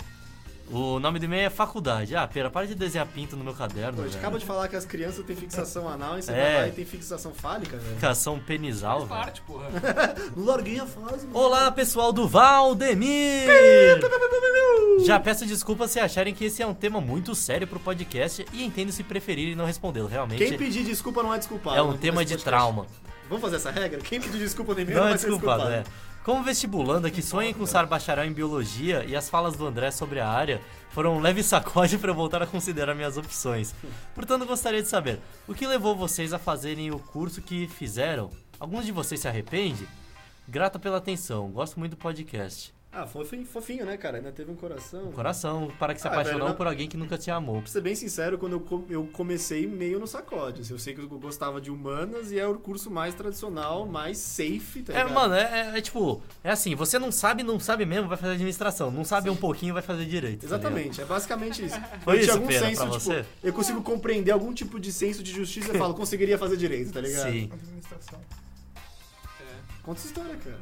Speaker 1: O nome do e-mail é faculdade. Ah, pera, para de desenhar pinto no meu caderno.
Speaker 2: Pô, a gente
Speaker 1: velho.
Speaker 2: acaba de falar que as crianças têm fixação anal e você
Speaker 1: É.
Speaker 2: vai lá e tem fixação fálica, velho.
Speaker 1: Educação penisal,
Speaker 4: Faz
Speaker 1: velho.
Speaker 4: parte, porra.
Speaker 2: No larguinha fase, mano.
Speaker 1: Olá, pessoal do Valdemir! Já peço desculpas se acharem que esse é um tema muito sério pro podcast e entendo se preferirem não respondê-lo. Realmente
Speaker 2: Quem pedir desculpa não é desculpado.
Speaker 1: é
Speaker 2: né,
Speaker 1: um
Speaker 2: nesse
Speaker 1: tema de
Speaker 2: podcast.
Speaker 1: trauma.
Speaker 2: Vamos fazer essa regra? Quem pedir desculpa no e-mail
Speaker 1: Não é
Speaker 2: vai ser
Speaker 1: desculpado, é.
Speaker 2: desculpado.
Speaker 1: Como vestibulanda que sonha em cursar bacharel em biologia e as falas do André sobre a área foram um leve sacode para voltar a considerar minhas opções. Portanto, gostaria de saber o que levou vocês a fazerem o curso que fizeram? Alguns de vocês se arrependem? Grata pela atenção, gosto muito do podcast.
Speaker 2: Ah, fofinho, fofinho, né, cara? Ainda teve um coração.
Speaker 1: Coração, para que se
Speaker 2: Ah,
Speaker 1: apaixonou
Speaker 2: velho, não-
Speaker 1: por alguém que nunca te amou.
Speaker 2: Pra ser bem sincero, quando eu, co- eu comecei meio no sacode. assim, Eu sei que eu gostava de humanas e é o curso mais tradicional, mais safe, tá
Speaker 1: É,
Speaker 2: ligado?
Speaker 1: mano, é, é- é tipo, é assim, você não sabe, não sabe mesmo, vai fazer administração. Não sabe um pouquinho, vai fazer direito. tá ligado?
Speaker 2: Exatamente, é basicamente isso.
Speaker 1: Foi
Speaker 2: eu tinha
Speaker 1: isso,
Speaker 2: algum
Speaker 1: Pena,
Speaker 2: senso,
Speaker 1: pra
Speaker 2: tipo,
Speaker 1: você?
Speaker 2: eu consigo compreender algum tipo de senso de justiça e falo, conseguiria fazer direito, tá ligado?
Speaker 1: Sim.
Speaker 5: Administração.
Speaker 4: É.
Speaker 2: Conta essa história, cara.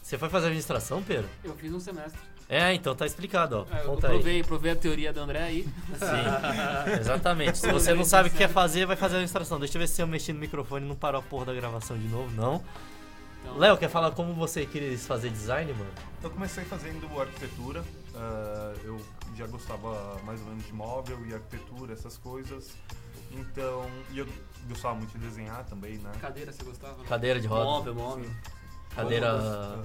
Speaker 1: Você foi fazer administração, Pedro?
Speaker 4: Eu fiz um semestre.
Speaker 1: É, então tá explicado, ó.
Speaker 4: É, Eu
Speaker 1: Conta aí.
Speaker 4: provei, provei a teoria do André aí.
Speaker 1: Sim, exatamente. Se você não sabe o que quer fazer, vai fazer a administração. Deixa eu ver se eu mexi no microfone e não parou a porra da gravação de novo, não.
Speaker 4: Então,
Speaker 1: Léo, quer falar como você queria fazer design, mano?
Speaker 5: Eu comecei fazendo arquitetura, ah, eu já gostava mais ou menos de móvel e arquitetura, essas coisas. Então, e eu gostava muito de desenhar também, né?
Speaker 4: Cadeira, você gostava? né?
Speaker 1: Cadeira de rodas,
Speaker 4: Móvel, móvel.
Speaker 1: cadeira.
Speaker 5: Todas, ah,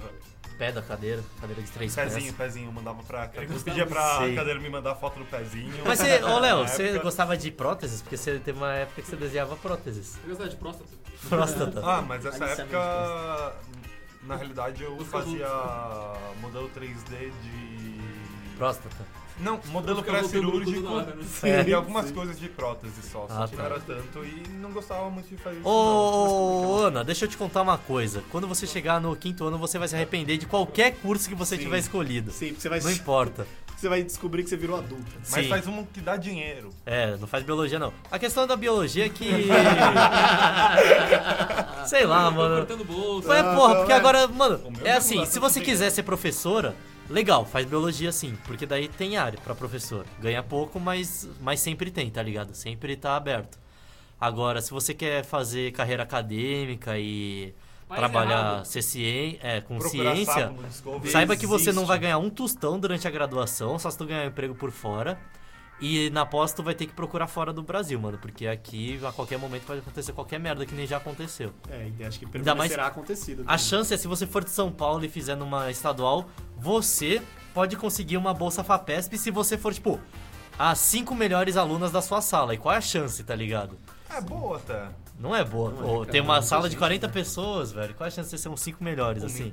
Speaker 1: pé da cadeira, cadeira de três
Speaker 5: Pezinho,
Speaker 1: pés.
Speaker 5: pezinho, eu mandava pra. Eu
Speaker 4: gostava
Speaker 5: pedia pra
Speaker 1: disso.
Speaker 5: cadeira me mandar foto do pezinho.
Speaker 1: Mas você, ô Léo,
Speaker 5: Na
Speaker 1: você
Speaker 5: época-
Speaker 1: gostava de próteses? Porque você teve uma época que você desenhava próteses.
Speaker 4: Eu gostava de próstata.
Speaker 1: Próstata.
Speaker 5: Ah, mas essa
Speaker 3: Aliciamento
Speaker 4: é
Speaker 5: época, na realidade, eu
Speaker 4: Os
Speaker 5: fazia modelo 3D de.
Speaker 1: Próstata.
Speaker 5: Não, modelo
Speaker 4: Fica voltando
Speaker 5: pré-cirúrgico
Speaker 4: tudo na hora, né?
Speaker 5: e algumas coisas de prótese só.
Speaker 1: É. Ah,
Speaker 5: Só que
Speaker 1: tá.
Speaker 5: não era tanto e não gostava muito de fazer isso. não.
Speaker 1: Ô, Ana, deixa eu te contar uma coisa. Quando você chegar no quinto ano, você vai se arrepender de qualquer curso que você
Speaker 2: Sim.
Speaker 1: tiver escolhido.
Speaker 2: Sim, porque você vai,
Speaker 1: Não importa.
Speaker 2: você vai descobrir que você virou adulto.
Speaker 5: Mas
Speaker 1: Sim.
Speaker 5: faz um que dá dinheiro.
Speaker 1: É, não faz biologia não. A questão da biologia é que. Sei lá, mano.
Speaker 4: Cortando bolsa.
Speaker 1: Mas, porra, porque
Speaker 2: é.
Speaker 1: agora, mano,
Speaker 5: O meu
Speaker 1: é
Speaker 5: não
Speaker 1: assim,
Speaker 5: dá
Speaker 1: se
Speaker 5: tanto
Speaker 1: você
Speaker 5: tempo.
Speaker 1: quiser ser professora, legal, faz biologia sim, porque daí tem área pra professor. Ganha pouco, mas, mas sempre tem, tá ligado? Sempre tá aberto. Agora, se você quer fazer carreira acadêmica e
Speaker 4: Mas é
Speaker 1: trabalhar
Speaker 4: errado.
Speaker 1: ser cien- é, com
Speaker 5: Procurar
Speaker 1: ciência,
Speaker 5: sapo no Discovery.
Speaker 1: Saiba que você
Speaker 2: Desiste.
Speaker 1: não vai ganhar um tostão durante a graduação, só se tu ganhar um emprego por fora. E na pós tu vai ter que procurar fora do Brasil, mano. Porque aqui a qualquer momento pode acontecer qualquer merda que nem já aconteceu.
Speaker 2: É, e acho que
Speaker 1: Ainda mais-
Speaker 2: permanecerá acontecido.
Speaker 1: A
Speaker 2: também.
Speaker 1: chance é se você for de São Paulo e fizer numa estadual, você pode conseguir uma bolsa FAPESP se você for, tipo, as cinco melhores alunas da sua sala. E qual é a chance, tá ligado?
Speaker 5: É boa até.
Speaker 1: Não é boa.
Speaker 3: Não né? é,
Speaker 1: Pô,
Speaker 3: cara,
Speaker 1: tem uma
Speaker 3: muita
Speaker 1: sala de
Speaker 3: gente,
Speaker 1: 40 pessoas, velho. Qual é a chance de você ser uns cinco melhores,
Speaker 5: Um
Speaker 1: assim?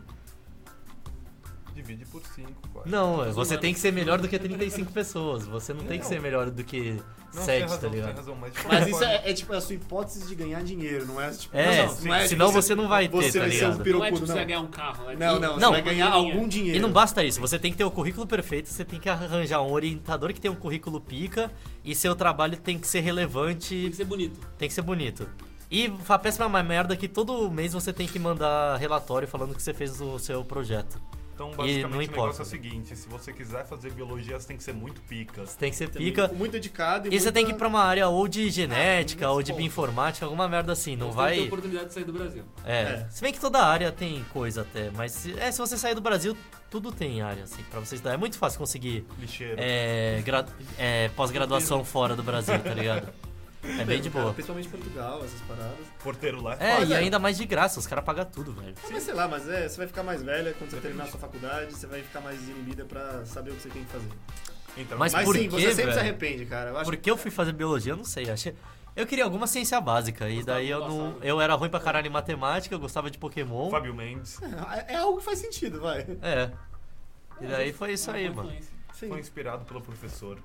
Speaker 5: Divide por 5,
Speaker 1: Não, você tem que ser melhor do que 35 pessoas. Você não tem que ser melhor do que
Speaker 5: Não,
Speaker 1: 7,
Speaker 5: você
Speaker 1: tá
Speaker 5: tem razão, você tem
Speaker 1: ligado?
Speaker 5: razão, mas, de
Speaker 2: Mas
Speaker 5: qualquer
Speaker 2: isso
Speaker 5: forma,
Speaker 2: é, é tipo a sua hipótese de ganhar dinheiro, não é tipo.
Speaker 1: É,
Speaker 2: não, não é,
Speaker 1: senão
Speaker 2: tipo,
Speaker 1: você não vai ter, tá
Speaker 2: você vai ser um
Speaker 1: ligado?
Speaker 4: Não é
Speaker 2: pirocudo,
Speaker 4: tipo você vai
Speaker 2: não.
Speaker 4: ganhar um carro. é
Speaker 2: Não,
Speaker 4: que-
Speaker 2: não, você
Speaker 1: Não.
Speaker 2: vai ganhar algum dinheiro.
Speaker 1: E não basta isso, você tem que ter o currículo perfeito, você tem que arranjar um orientador que tem um currículo pica e seu trabalho tem que ser
Speaker 4: Tem
Speaker 1: relevante,
Speaker 4: que ser bonito.
Speaker 1: tem que ser bonito. E a péssima é uma merda que todo mês você tem que mandar relatório falando que você fez o seu projeto.
Speaker 5: Então,
Speaker 1: E não
Speaker 5: basicamente, o
Speaker 1: importa.
Speaker 5: negócio é o seguinte: se você quiser fazer biologia, você tem que ser muito pica.
Speaker 1: Você tem que ser
Speaker 2: Também,
Speaker 1: pica.
Speaker 2: Muito dedicado e.
Speaker 1: E você tem que ir pra uma área ou de genética,
Speaker 5: Ah,
Speaker 1: ou de
Speaker 5: nesse ponto.
Speaker 1: bioinformática, alguma merda assim. Não
Speaker 4: Você
Speaker 1: vai.
Speaker 4: Tem que ter um oportunidade de sair do Brasil.
Speaker 1: É.
Speaker 2: É.
Speaker 1: Se bem que toda área tem coisa até, mas se, é, se você sair do Brasil, tudo tem área, assim, pra você estudar. É muito fácil conseguir
Speaker 5: Lixeiro.
Speaker 1: é, gra- é, pós-graduação fora do Brasil, tá ligado? É bem de boa.
Speaker 2: né? Principalmente Portugal, essas paradas.
Speaker 5: Porteiro né? lá.
Speaker 1: É,
Speaker 2: Mas
Speaker 1: e
Speaker 2: é.
Speaker 1: ainda mais de graça, os caras pagam tudo, velho.
Speaker 2: Ah, Mas sei lá, mas é, você vai ficar mais velha quando você terminar a sua faculdade, você vai ficar mais inibida pra saber o que você tem que fazer.
Speaker 5: Então,
Speaker 1: É, Mas
Speaker 2: Mas
Speaker 1: por
Speaker 2: sim,
Speaker 1: quê,
Speaker 2: você sempre
Speaker 1: velho?
Speaker 2: se arrepende, cara. Eu acho
Speaker 1: Por que eu fui fazer biologia, eu não sei. Achei... Eu queria alguma ciência básica, e daí eu não. Eu era ruim pra caralho em matemática, eu gostava de Pokémon.
Speaker 5: Fábio Mendes.
Speaker 2: É, é algo que faz sentido, vai.
Speaker 1: É. E daí foi É isso
Speaker 4: Uma
Speaker 1: aí,
Speaker 4: boa
Speaker 1: mano.
Speaker 4: influência.
Speaker 2: Sim.
Speaker 5: Foi inspirado pelo professor.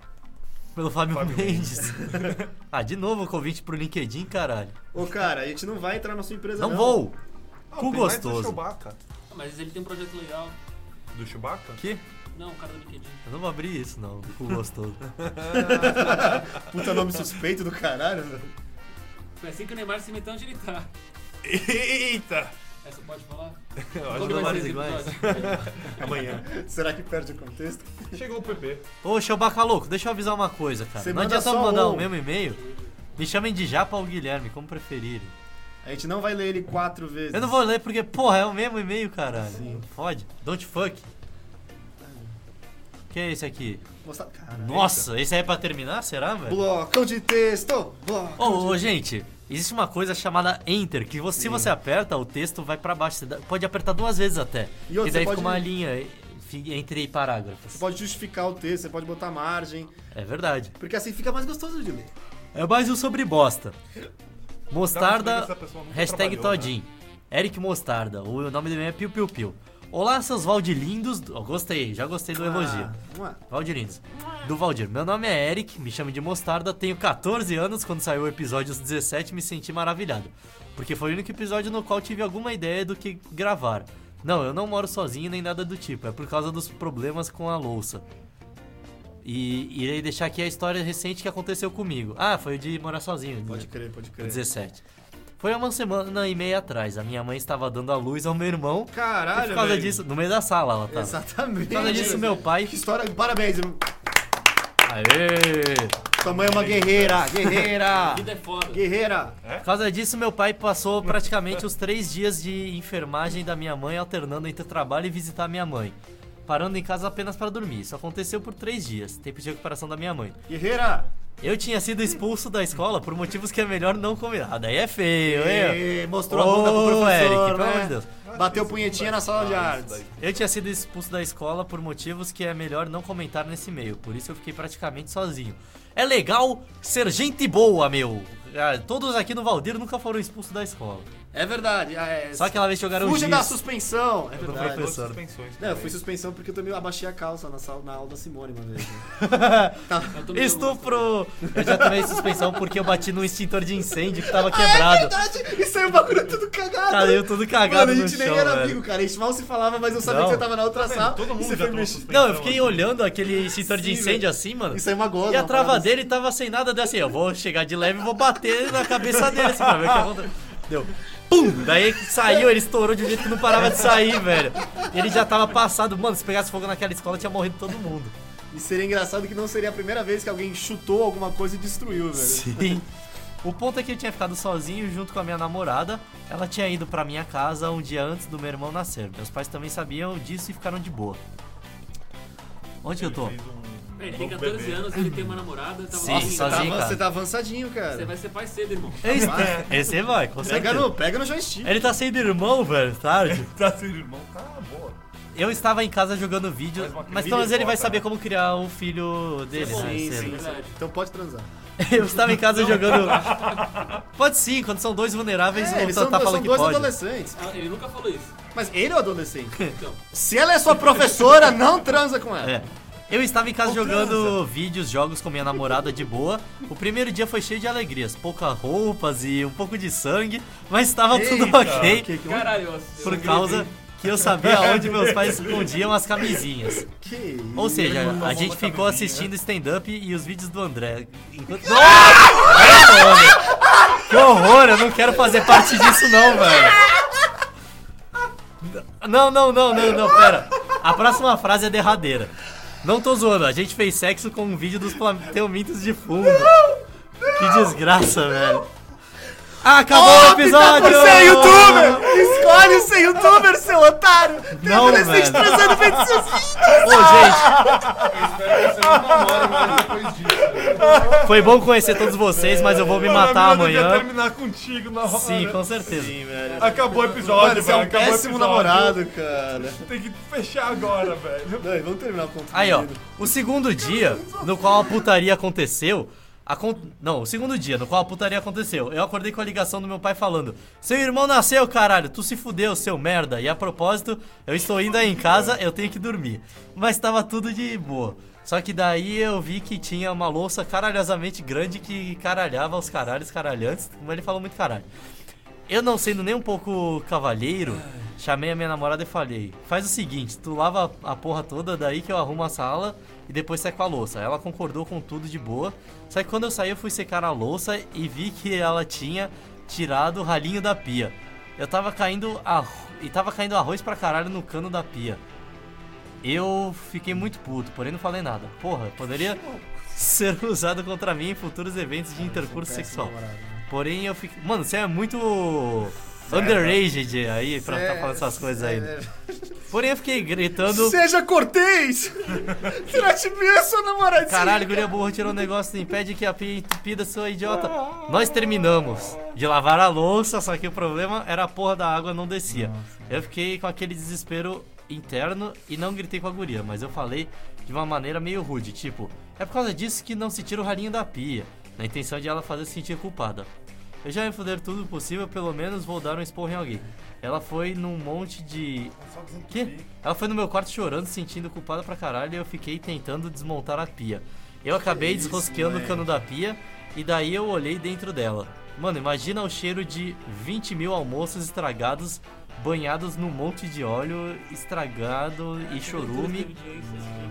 Speaker 1: Pelo Fábio,
Speaker 5: Fábio
Speaker 1: Mendes. ah, de novo o convite pro LinkedIn, caralho.
Speaker 2: Ô, cara, a gente não vai entrar na sua empresa, não.
Speaker 1: Não vou!
Speaker 5: Ah,
Speaker 1: Cu
Speaker 5: tem mais
Speaker 1: gostoso.
Speaker 5: Do Chewbacca.
Speaker 4: Ah, Mas ele tem um projeto legal.
Speaker 5: Do Chewbacca?
Speaker 1: Que?
Speaker 4: Não, o cara do LinkedIn.
Speaker 1: Eu não vou abrir isso, não. Fico gostoso.
Speaker 2: Puta nome suspeito do caralho. velho.
Speaker 4: Foi assim que o Neymar se meteu onde ele tá.
Speaker 5: Eita!
Speaker 4: Essa pode falar?
Speaker 5: Eu
Speaker 4: Qual
Speaker 5: acho
Speaker 4: que
Speaker 1: não
Speaker 4: vai ser
Speaker 1: vale
Speaker 4: esse episódio?
Speaker 5: que Amanhã.
Speaker 2: Será que perde o contexto?
Speaker 5: Chegou o PP.
Speaker 1: Ô, Chewbacca louco, deixa eu avisar uma coisa, cara.
Speaker 2: Você
Speaker 1: não
Speaker 2: manda
Speaker 1: adianta
Speaker 2: só
Speaker 1: mandar
Speaker 2: um.
Speaker 1: o mesmo e-mail. Me chamem de Japa ou Guilherme, como preferirem.
Speaker 2: A gente não vai ler ele quatro vezes.
Speaker 1: Eu não vou ler porque, porra, é o mesmo e-mail, caralho.
Speaker 2: Sim.
Speaker 1: Fode. Don't fuck. Que é esse aqui?
Speaker 2: mostrar. Caralho.
Speaker 1: Nossa, esse aí é pra terminar? Será, velho?
Speaker 2: Blocão de texto!
Speaker 1: Ô,
Speaker 2: Blocão
Speaker 1: ô, gente, existe uma coisa chamada Enter, que você- se você aperta, o texto vai pra baixo. Você dá- pode apertar duas vezes até.
Speaker 2: E outra,
Speaker 1: daí fica
Speaker 2: você pode-
Speaker 1: uma linha e- fi- entre parágrafos.
Speaker 2: Você pode justificar o texto, você pode botar margem,
Speaker 1: É verdade.
Speaker 2: porque assim fica mais gostoso de ler.
Speaker 1: É mais um sobre bosta.
Speaker 5: Dá pra ver
Speaker 1: Mostarda,
Speaker 5: que Então, essa pessoa nunca
Speaker 1: hashtag
Speaker 5: trabalhou, né?
Speaker 1: Todinho. Eric Mostarda, o nome do e-mail é Piu Piu Piu. Olá, seus Valdilindos. Ó, gostei, já gostei do elogio.
Speaker 2: Ah, vamos lá.
Speaker 1: Valdirinhos. Do Valdir. Meu nome é Eric, me chame de Mostarda, tenho 14 anos. Quando saiu o episódio 17, me senti maravilhado. Porque foi o único episódio no qual tive alguma ideia do que gravar. Não, eu não moro sozinho nem nada do tipo, é por causa dos problemas com a louça. E irei deixar aqui a história recente que aconteceu comigo. Ah, foi de morar sozinho.
Speaker 2: Pode crer, pode crer.
Speaker 1: 17. Foi há uma semana e meia atrás. A minha mãe estava dando a luz ao meu irmão. E
Speaker 5: Caralho,
Speaker 1: por causa
Speaker 5: velho.
Speaker 1: disso, no meio da sala ela tava.
Speaker 2: Exatamente.
Speaker 1: Por causa disso, meu pai.
Speaker 2: Que história. Parabéns. irmão.
Speaker 1: Aê!
Speaker 2: Sua mãe é uma guerreira. Guerreira.
Speaker 4: Vida é foda.
Speaker 2: Guerreira.
Speaker 1: Por causa disso, meu pai passou praticamente os três dias de enfermagem da minha mãe, alternando entre trabalho e visitar minha mãe. Parando em casa apenas para dormir. Isso aconteceu por três dias, tempo de recuperação da minha mãe.
Speaker 2: Guerreira.
Speaker 1: Eu tinha sido expulso da escola por motivos que é melhor não combinar. Daí é feio, hein?
Speaker 2: Ê, Mostrou a bunda pro
Speaker 1: Ô,
Speaker 2: professor,
Speaker 1: Eric,
Speaker 2: né?
Speaker 1: pelo amor de Deus.
Speaker 2: Bateu punhetinha na sala de
Speaker 5: Ah, isso
Speaker 2: artes.
Speaker 5: daí.
Speaker 1: Eu tinha sido expulso da escola por motivos que é melhor não comentar nesse meio, por isso eu fiquei praticamente sozinho. É legal ser gente boa, meu. Ah, Todos aqui no Valdir nunca foram expulsos da escola.
Speaker 2: É verdade. ah, É,
Speaker 1: Só aquela vez que jogaram um
Speaker 2: Fuja
Speaker 1: giz.
Speaker 2: da suspensão. É verdade.
Speaker 1: professor.
Speaker 5: Duas suspensões.
Speaker 2: Não, eu
Speaker 5: também.
Speaker 2: fui suspensão porque eu também abaixei a calça na, sala, na aula da Simone uma vez. né?
Speaker 4: Eu também não gosto.
Speaker 1: Estupro! Eu já tomei suspensão porque eu bati no extintor de incêndio que tava quebrado.
Speaker 2: verdade! Isso aí é um bagulho tudo cagado.
Speaker 1: Caiu tudo cagado
Speaker 2: Mano, a
Speaker 1: no
Speaker 2: gente
Speaker 1: chão,
Speaker 2: nem era
Speaker 1: velho.
Speaker 2: amigo, cara. A gente mal se falava, mas eu sabia
Speaker 1: Não. Tá
Speaker 2: que você tava na outra sala.
Speaker 5: Todo
Speaker 2: e
Speaker 5: mundo
Speaker 2: você
Speaker 5: já
Speaker 2: foi
Speaker 5: tomou
Speaker 2: mexido.
Speaker 5: suspensão.
Speaker 1: Não, eu fiquei
Speaker 5: aqui.
Speaker 1: olhando aquele extintor de
Speaker 2: Então, Sim,
Speaker 1: incêndio assim, mano.
Speaker 2: Isso aí é uma goza.
Speaker 1: E a
Speaker 2: uma
Speaker 1: trava
Speaker 2: parada
Speaker 1: dele tava sem nada, daí assim, eu vou chegar de leve e vou bater na cabeça dele, assim, pra ver o que acontece. Deu. Pum! Daí que saiu, ele estourou de um jeito que não parava de sair, velho. Ele já tava passado. Mano, se pegasse fogo naquela escola, tinha morrido todo mundo.
Speaker 2: assim. E seria engraçado que não seria a primeira vez que alguém chutou alguma coisa e destruiu, velho.
Speaker 1: Sim. O ponto é que eu tinha ficado sozinho junto com a minha namorada. Ela tinha ido pra minha casa um dia antes do meu irmão nascer. Meus pais também sabiam disso e ficaram de boa. Onde que eu tô?
Speaker 5: Fez um-
Speaker 4: É, Ele
Speaker 5: um
Speaker 4: tem
Speaker 5: novo
Speaker 4: 14
Speaker 5: bebê.
Speaker 4: anos, ele tem uma namorada, tá
Speaker 1: Sim,
Speaker 4: maluco.
Speaker 2: Você
Speaker 1: sozinho,
Speaker 2: tá, avan-
Speaker 1: cara.
Speaker 2: você tá avançadinho, cara.
Speaker 4: Você vai ser pai cedo, irmão.
Speaker 1: Esse, esse vai, com
Speaker 2: Pega
Speaker 1: certeza.
Speaker 2: no, pega no joystick.
Speaker 1: Ele tá sendo irmão, velho, tarde.
Speaker 5: Tá seu irmão, tá boa.
Speaker 1: Eu estava em casa jogando vídeo,
Speaker 5: Faz uma
Speaker 1: mas
Speaker 5: crise
Speaker 1: pelo menos ele vai
Speaker 5: foda,
Speaker 1: saber
Speaker 5: né?
Speaker 1: como criar o filho dele,
Speaker 4: Sim,
Speaker 1: né?
Speaker 4: sim,
Speaker 1: cedo.
Speaker 4: Verdade.
Speaker 2: Então pode transar.
Speaker 1: Eu estava em casa jogando. Pode sim, quando são dois vulneráveis,
Speaker 2: É,
Speaker 1: o
Speaker 2: eles são,
Speaker 1: Tatá
Speaker 2: dois-
Speaker 1: fala
Speaker 2: são
Speaker 1: que
Speaker 2: dois
Speaker 1: pode. né?
Speaker 2: adolescentes.
Speaker 4: Ah, Ele nunca falou isso.
Speaker 2: Mas ele é o adolescente.
Speaker 4: Então,
Speaker 2: Se ela é sua professora, não transa com ela.
Speaker 1: É. Eu estava em casa jogando vídeos, jogos com minha namorada de boa. O primeiro dia foi cheio de alegrias, poucas roupas e um pouco de sangue, mas estava tudo
Speaker 5: Eita,
Speaker 1: ok
Speaker 4: caralho, eu- eu
Speaker 1: por
Speaker 4: acredito.
Speaker 1: causa que eu sabia onde meus pais escondiam as camisinhas.
Speaker 2: Que isso?
Speaker 1: Ou seja,
Speaker 5: Ele mandou
Speaker 1: a
Speaker 5: a
Speaker 1: gente
Speaker 5: mão na
Speaker 1: ficou
Speaker 5: camisinha.
Speaker 1: assistindo
Speaker 2: né?
Speaker 1: stand-up e os vídeos do André. Enquanto. Nossa! Que horror! Eu não quero fazer parte disso, não, velho. Não, não, não, não, não, pera. A próxima frase é derradeira. Não tô zoando, a gente fez sexo com um vídeo dos Plateumintos de fundo. Que desgraça, velho. Ah, acabou o
Speaker 2: Opta
Speaker 1: episódio!
Speaker 2: tá por ser youtuber! Escolhe ser youtuber, seu otário! Tem
Speaker 1: Não, velho.
Speaker 2: adolescente transando feito seus vídeos!
Speaker 1: Ô, gente,
Speaker 5: Eu espero que você não namore mais depois disso.
Speaker 1: foi bom conhecer todos vocês, mas eu vou me
Speaker 5: Mano, a
Speaker 1: matar
Speaker 5: mina devia
Speaker 1: amanhã.
Speaker 5: terminar contigo na hora.
Speaker 1: Sim, com certeza.
Speaker 5: Acabou o episódio,
Speaker 2: Você é
Speaker 5: velho.
Speaker 2: um
Speaker 5: Acabou o
Speaker 2: péssimo
Speaker 5: episódio.
Speaker 2: namorado, cara.
Speaker 5: Tem que fechar agora, velho.
Speaker 2: Não, vamos terminar o conto.
Speaker 1: Aí, ó.
Speaker 2: primeiro.
Speaker 1: O segundo dia no qual a putaria aconteceu. acon- Não, o segundo dia no qual a putaria aconteceu. Eu acordei com a ligação do meu pai falando: Seu irmão nasceu, caralho, tu se fudeu, seu merda. E a propósito, eu estou indo aí em casa, eu tenho que dormir. Mas tava tudo de boa. Só que daí eu vi que tinha uma louça caralhosamente grande que caralhava os caralhos caralhantes. Como ele falou muito caralho. Eu não sendo nem um pouco cavalheiro, chamei a minha namorada e falei: faz o seguinte, tu lava a porra toda, daí que eu arrumo a sala e depois sai com a louça. Ela concordou com tudo de boa, só que quando eu saí eu fui secar a louça e vi que ela tinha tirado o ralinho da pia. Eu tava caindo arro- e tava caindo arroz pra caralho no cano da pia. Eu fiquei muito puto, porém não falei nada. Porra, poderia ser usado contra mim em futuros eventos de intercurso sexual. Porém, eu fico. Mano, você é muito. Underaged aí pra
Speaker 2: Cê-
Speaker 1: tá falando essas coisas
Speaker 2: cê- é
Speaker 1: ainda. Porém, eu fiquei gritando.
Speaker 2: Seja cortês! Trate bem a sua namoradinha!
Speaker 1: Caralho, guria burro tirou um negócio, impede que a pia entupida, sua idiota. Nós terminamos de lavar a louça, só que o problema era a porra da água não descia. Eu fiquei com aquele desespero interno e não gritei com a guria, mas eu falei de uma maneira meio rude, tipo, é por causa disso que não se tira o ralinho da pia, na intenção de ela fazer se sentir culpada. Eu já ia foder tudo possível, pelo menos vou dar um esporro em alguém. Ela foi num monte de que? Ela foi no meu quarto chorando, se sentindo culpada pra caralho, e eu fiquei tentando desmontar a pia. Eu acabei desrosqueando o cano da pia, e daí eu olhei dentro dela. Mano, imagina o cheiro de 20 mil almoços estragados, banhados num monte de óleo estragado e chorume.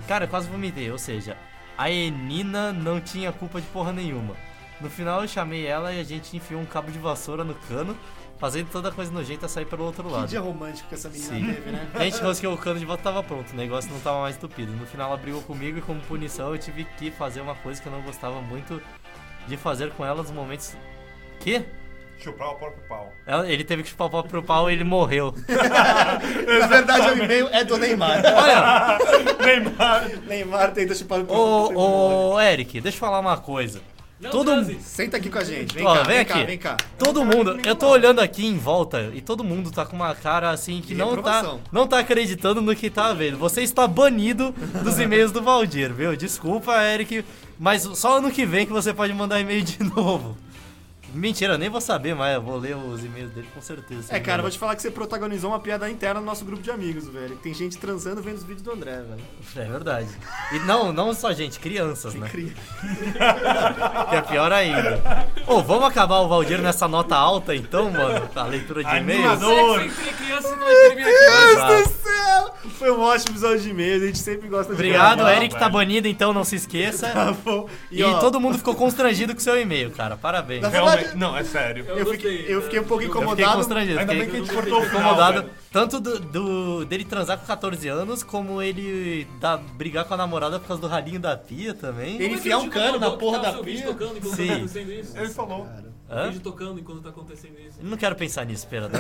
Speaker 1: Cara, eu quase vomitei, ou seja, a Enina não tinha culpa de porra nenhuma. No final eu chamei ela e a gente enfiou um cabo de vassoura no cano, fazendo toda coisa nojenta sair pelo outro
Speaker 2: Que
Speaker 1: lado.
Speaker 2: dia romântico que essa menina
Speaker 1: Sim.
Speaker 2: teve, né?
Speaker 1: A gente conseguiu o cano de volta tava pronto, o negócio não tava mais entupido. No final ela brigou comigo e como punição eu tive que fazer uma coisa que eu não gostava muito de fazer com ela nos momentos. Que?
Speaker 5: Chupar o próprio pau.
Speaker 1: Ela- Ele teve que chupar o pau pro pau e ele morreu.
Speaker 2: Na verdade, o e-mail é do Neymar.
Speaker 1: Olha,
Speaker 2: Neymar tenta chupar o
Speaker 1: ô, ô, Eric, deixa eu falar uma coisa.
Speaker 4: Não
Speaker 1: Todo
Speaker 4: transe.
Speaker 2: Senta aqui com a gente. Vem
Speaker 1: Ó,
Speaker 2: cá,
Speaker 1: vem
Speaker 2: vem cá,
Speaker 1: aqui.
Speaker 2: vem cá.
Speaker 1: Todo mundo, eu tô olhando aqui em volta e todo mundo tá com uma cara assim que
Speaker 2: De
Speaker 1: não tá,
Speaker 2: reprovação.
Speaker 1: não tá acreditando no que tá vendo. Você está banido dos e-mails do Valdir, viu? Desculpa, Eric, mas só ano que vem que você pode mandar e-mail de novo. Mentira, eu nem vou saber, mas eu vou ler os e-mails dele com certeza.
Speaker 2: É, cara, vou te falar que você protagonizou uma piada interna no nosso grupo de amigos, velho. Tem gente transando vendo os vídeos do André, velho.
Speaker 1: É verdade. E não, não só gente, crianças, né?
Speaker 2: Incrível.
Speaker 1: Que é pior ainda. Ô, vamos acabar o Valdir nessa nota alta então, mano? A leitura de e-mails?
Speaker 5: Animador.
Speaker 4: Sexo entre crianças e não entre crianças.
Speaker 1: Exato.
Speaker 2: Foi um ótimo episódio de e-mail, a gente sempre gosta de
Speaker 1: Obrigado,
Speaker 2: gravar.
Speaker 1: Eric tá banido, então não se esqueça.
Speaker 2: Tá bom.
Speaker 1: E,
Speaker 2: ó,
Speaker 1: todo mundo ficou constrangido com seu e-mail, cara. Parabéns.
Speaker 2: Na
Speaker 5: Realmente,
Speaker 2: verdade-
Speaker 5: não, é sério.
Speaker 2: eu fiquei, eu
Speaker 4: né?
Speaker 2: fiquei um pouco
Speaker 1: Eu fiquei
Speaker 2: incomodado.
Speaker 1: constrangido.
Speaker 5: Ainda bem que a
Speaker 1: fiquei
Speaker 5: gente cortou
Speaker 2: é
Speaker 5: o final,
Speaker 1: incomodado.
Speaker 2: né?
Speaker 5: velho.
Speaker 1: Tanto do, do- dele transar com 14 anos, como ele da, brigar com a namorada por causa do ralinho da pia também.
Speaker 2: Ele- enfiar um cano na porra da pia?
Speaker 4: Tá tocando enquanto
Speaker 1: Sim.
Speaker 4: tá acontecendo isso?
Speaker 5: Ele falou.
Speaker 1: Hã?
Speaker 4: O vídeo tocando enquanto tá acontecendo isso.
Speaker 1: Não quero pensar nisso, pera. dá-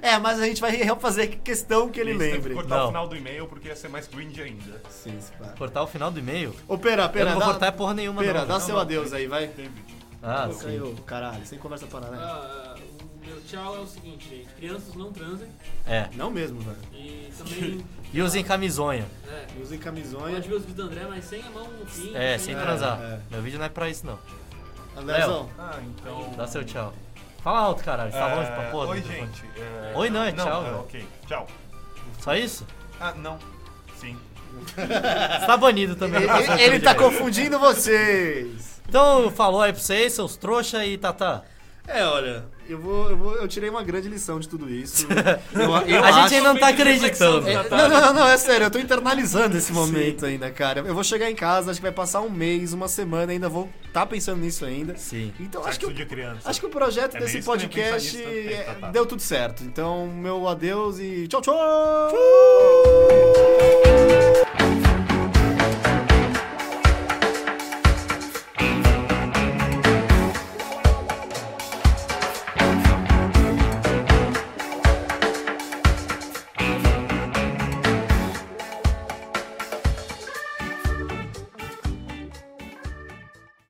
Speaker 2: É, mas a gente vai fazer questão que ele
Speaker 5: Isso, Tem que
Speaker 2: lembre.
Speaker 5: cortar
Speaker 1: Não.
Speaker 5: o final do e-mail porque ia ser mais cringe ainda.
Speaker 2: Sim, se pá.
Speaker 1: Cortar o final do e-mail?
Speaker 2: Ô, pera,
Speaker 1: Eu
Speaker 2: pera,
Speaker 1: não vou cortar
Speaker 2: dá,
Speaker 1: porra nenhuma,
Speaker 2: pera,
Speaker 1: não.
Speaker 2: dá seu adeus aí, vai.
Speaker 1: Ah, sim.
Speaker 2: Saiu, caralho, sem conversa para né?
Speaker 4: Ah, o meu tchau é o seguinte, gente. Crianças não transem
Speaker 1: É.
Speaker 2: Não mesmo, velho.
Speaker 4: e também.
Speaker 1: E usem camisonha.
Speaker 4: é,
Speaker 2: Usem camisones.
Speaker 4: pode ver os vídeos do André, mas sem a mão no fim.
Speaker 1: É, sem
Speaker 2: É,
Speaker 1: transar.
Speaker 2: é.
Speaker 1: Meu vídeo não é pra isso, não.
Speaker 2: Andrézão,
Speaker 5: Ah, então.
Speaker 1: Dá seu tchau. Fala alto, caralho.
Speaker 2: É,
Speaker 1: Tá longe pra porra.
Speaker 5: Oi,
Speaker 1: do microfone.
Speaker 5: gente. é-
Speaker 1: Oi, não, é tchau, velho.
Speaker 5: ok, tchau.
Speaker 1: Só isso?
Speaker 5: Ah, não. Sim.
Speaker 1: Você tá banido também. não
Speaker 2: ele,
Speaker 1: passou
Speaker 2: ele
Speaker 1: tudo
Speaker 2: tá
Speaker 1: direito.
Speaker 2: confundindo vocês.
Speaker 1: Então, falou aí pra vocês, seus trouxa e Tata.
Speaker 2: É, olha, eu vou, eu vou, eu tirei uma grande lição de tudo isso. Eu, eu
Speaker 1: a
Speaker 2: acho-
Speaker 1: gente ainda não tá
Speaker 4: Momento de reflexão
Speaker 1: acreditando.
Speaker 4: do
Speaker 2: É,
Speaker 4: Natal.
Speaker 2: não, não, não, não, é sério, eu tô internalizando esse momento ainda, cara. Eu vou chegar em casa, acho que vai passar um mês, uma semana, ainda vou tá pensando nisso ainda.
Speaker 1: Sim.
Speaker 2: Então acho
Speaker 5: Sexo
Speaker 2: que, eu-
Speaker 5: de criança.
Speaker 2: acho que o projeto
Speaker 5: É
Speaker 2: desse
Speaker 5: meio estranho
Speaker 2: podcast
Speaker 5: pensar nisso, né?
Speaker 2: é,
Speaker 5: Tá, tá.
Speaker 2: deu tudo certo. Então, meu adeus e tchau, tchau!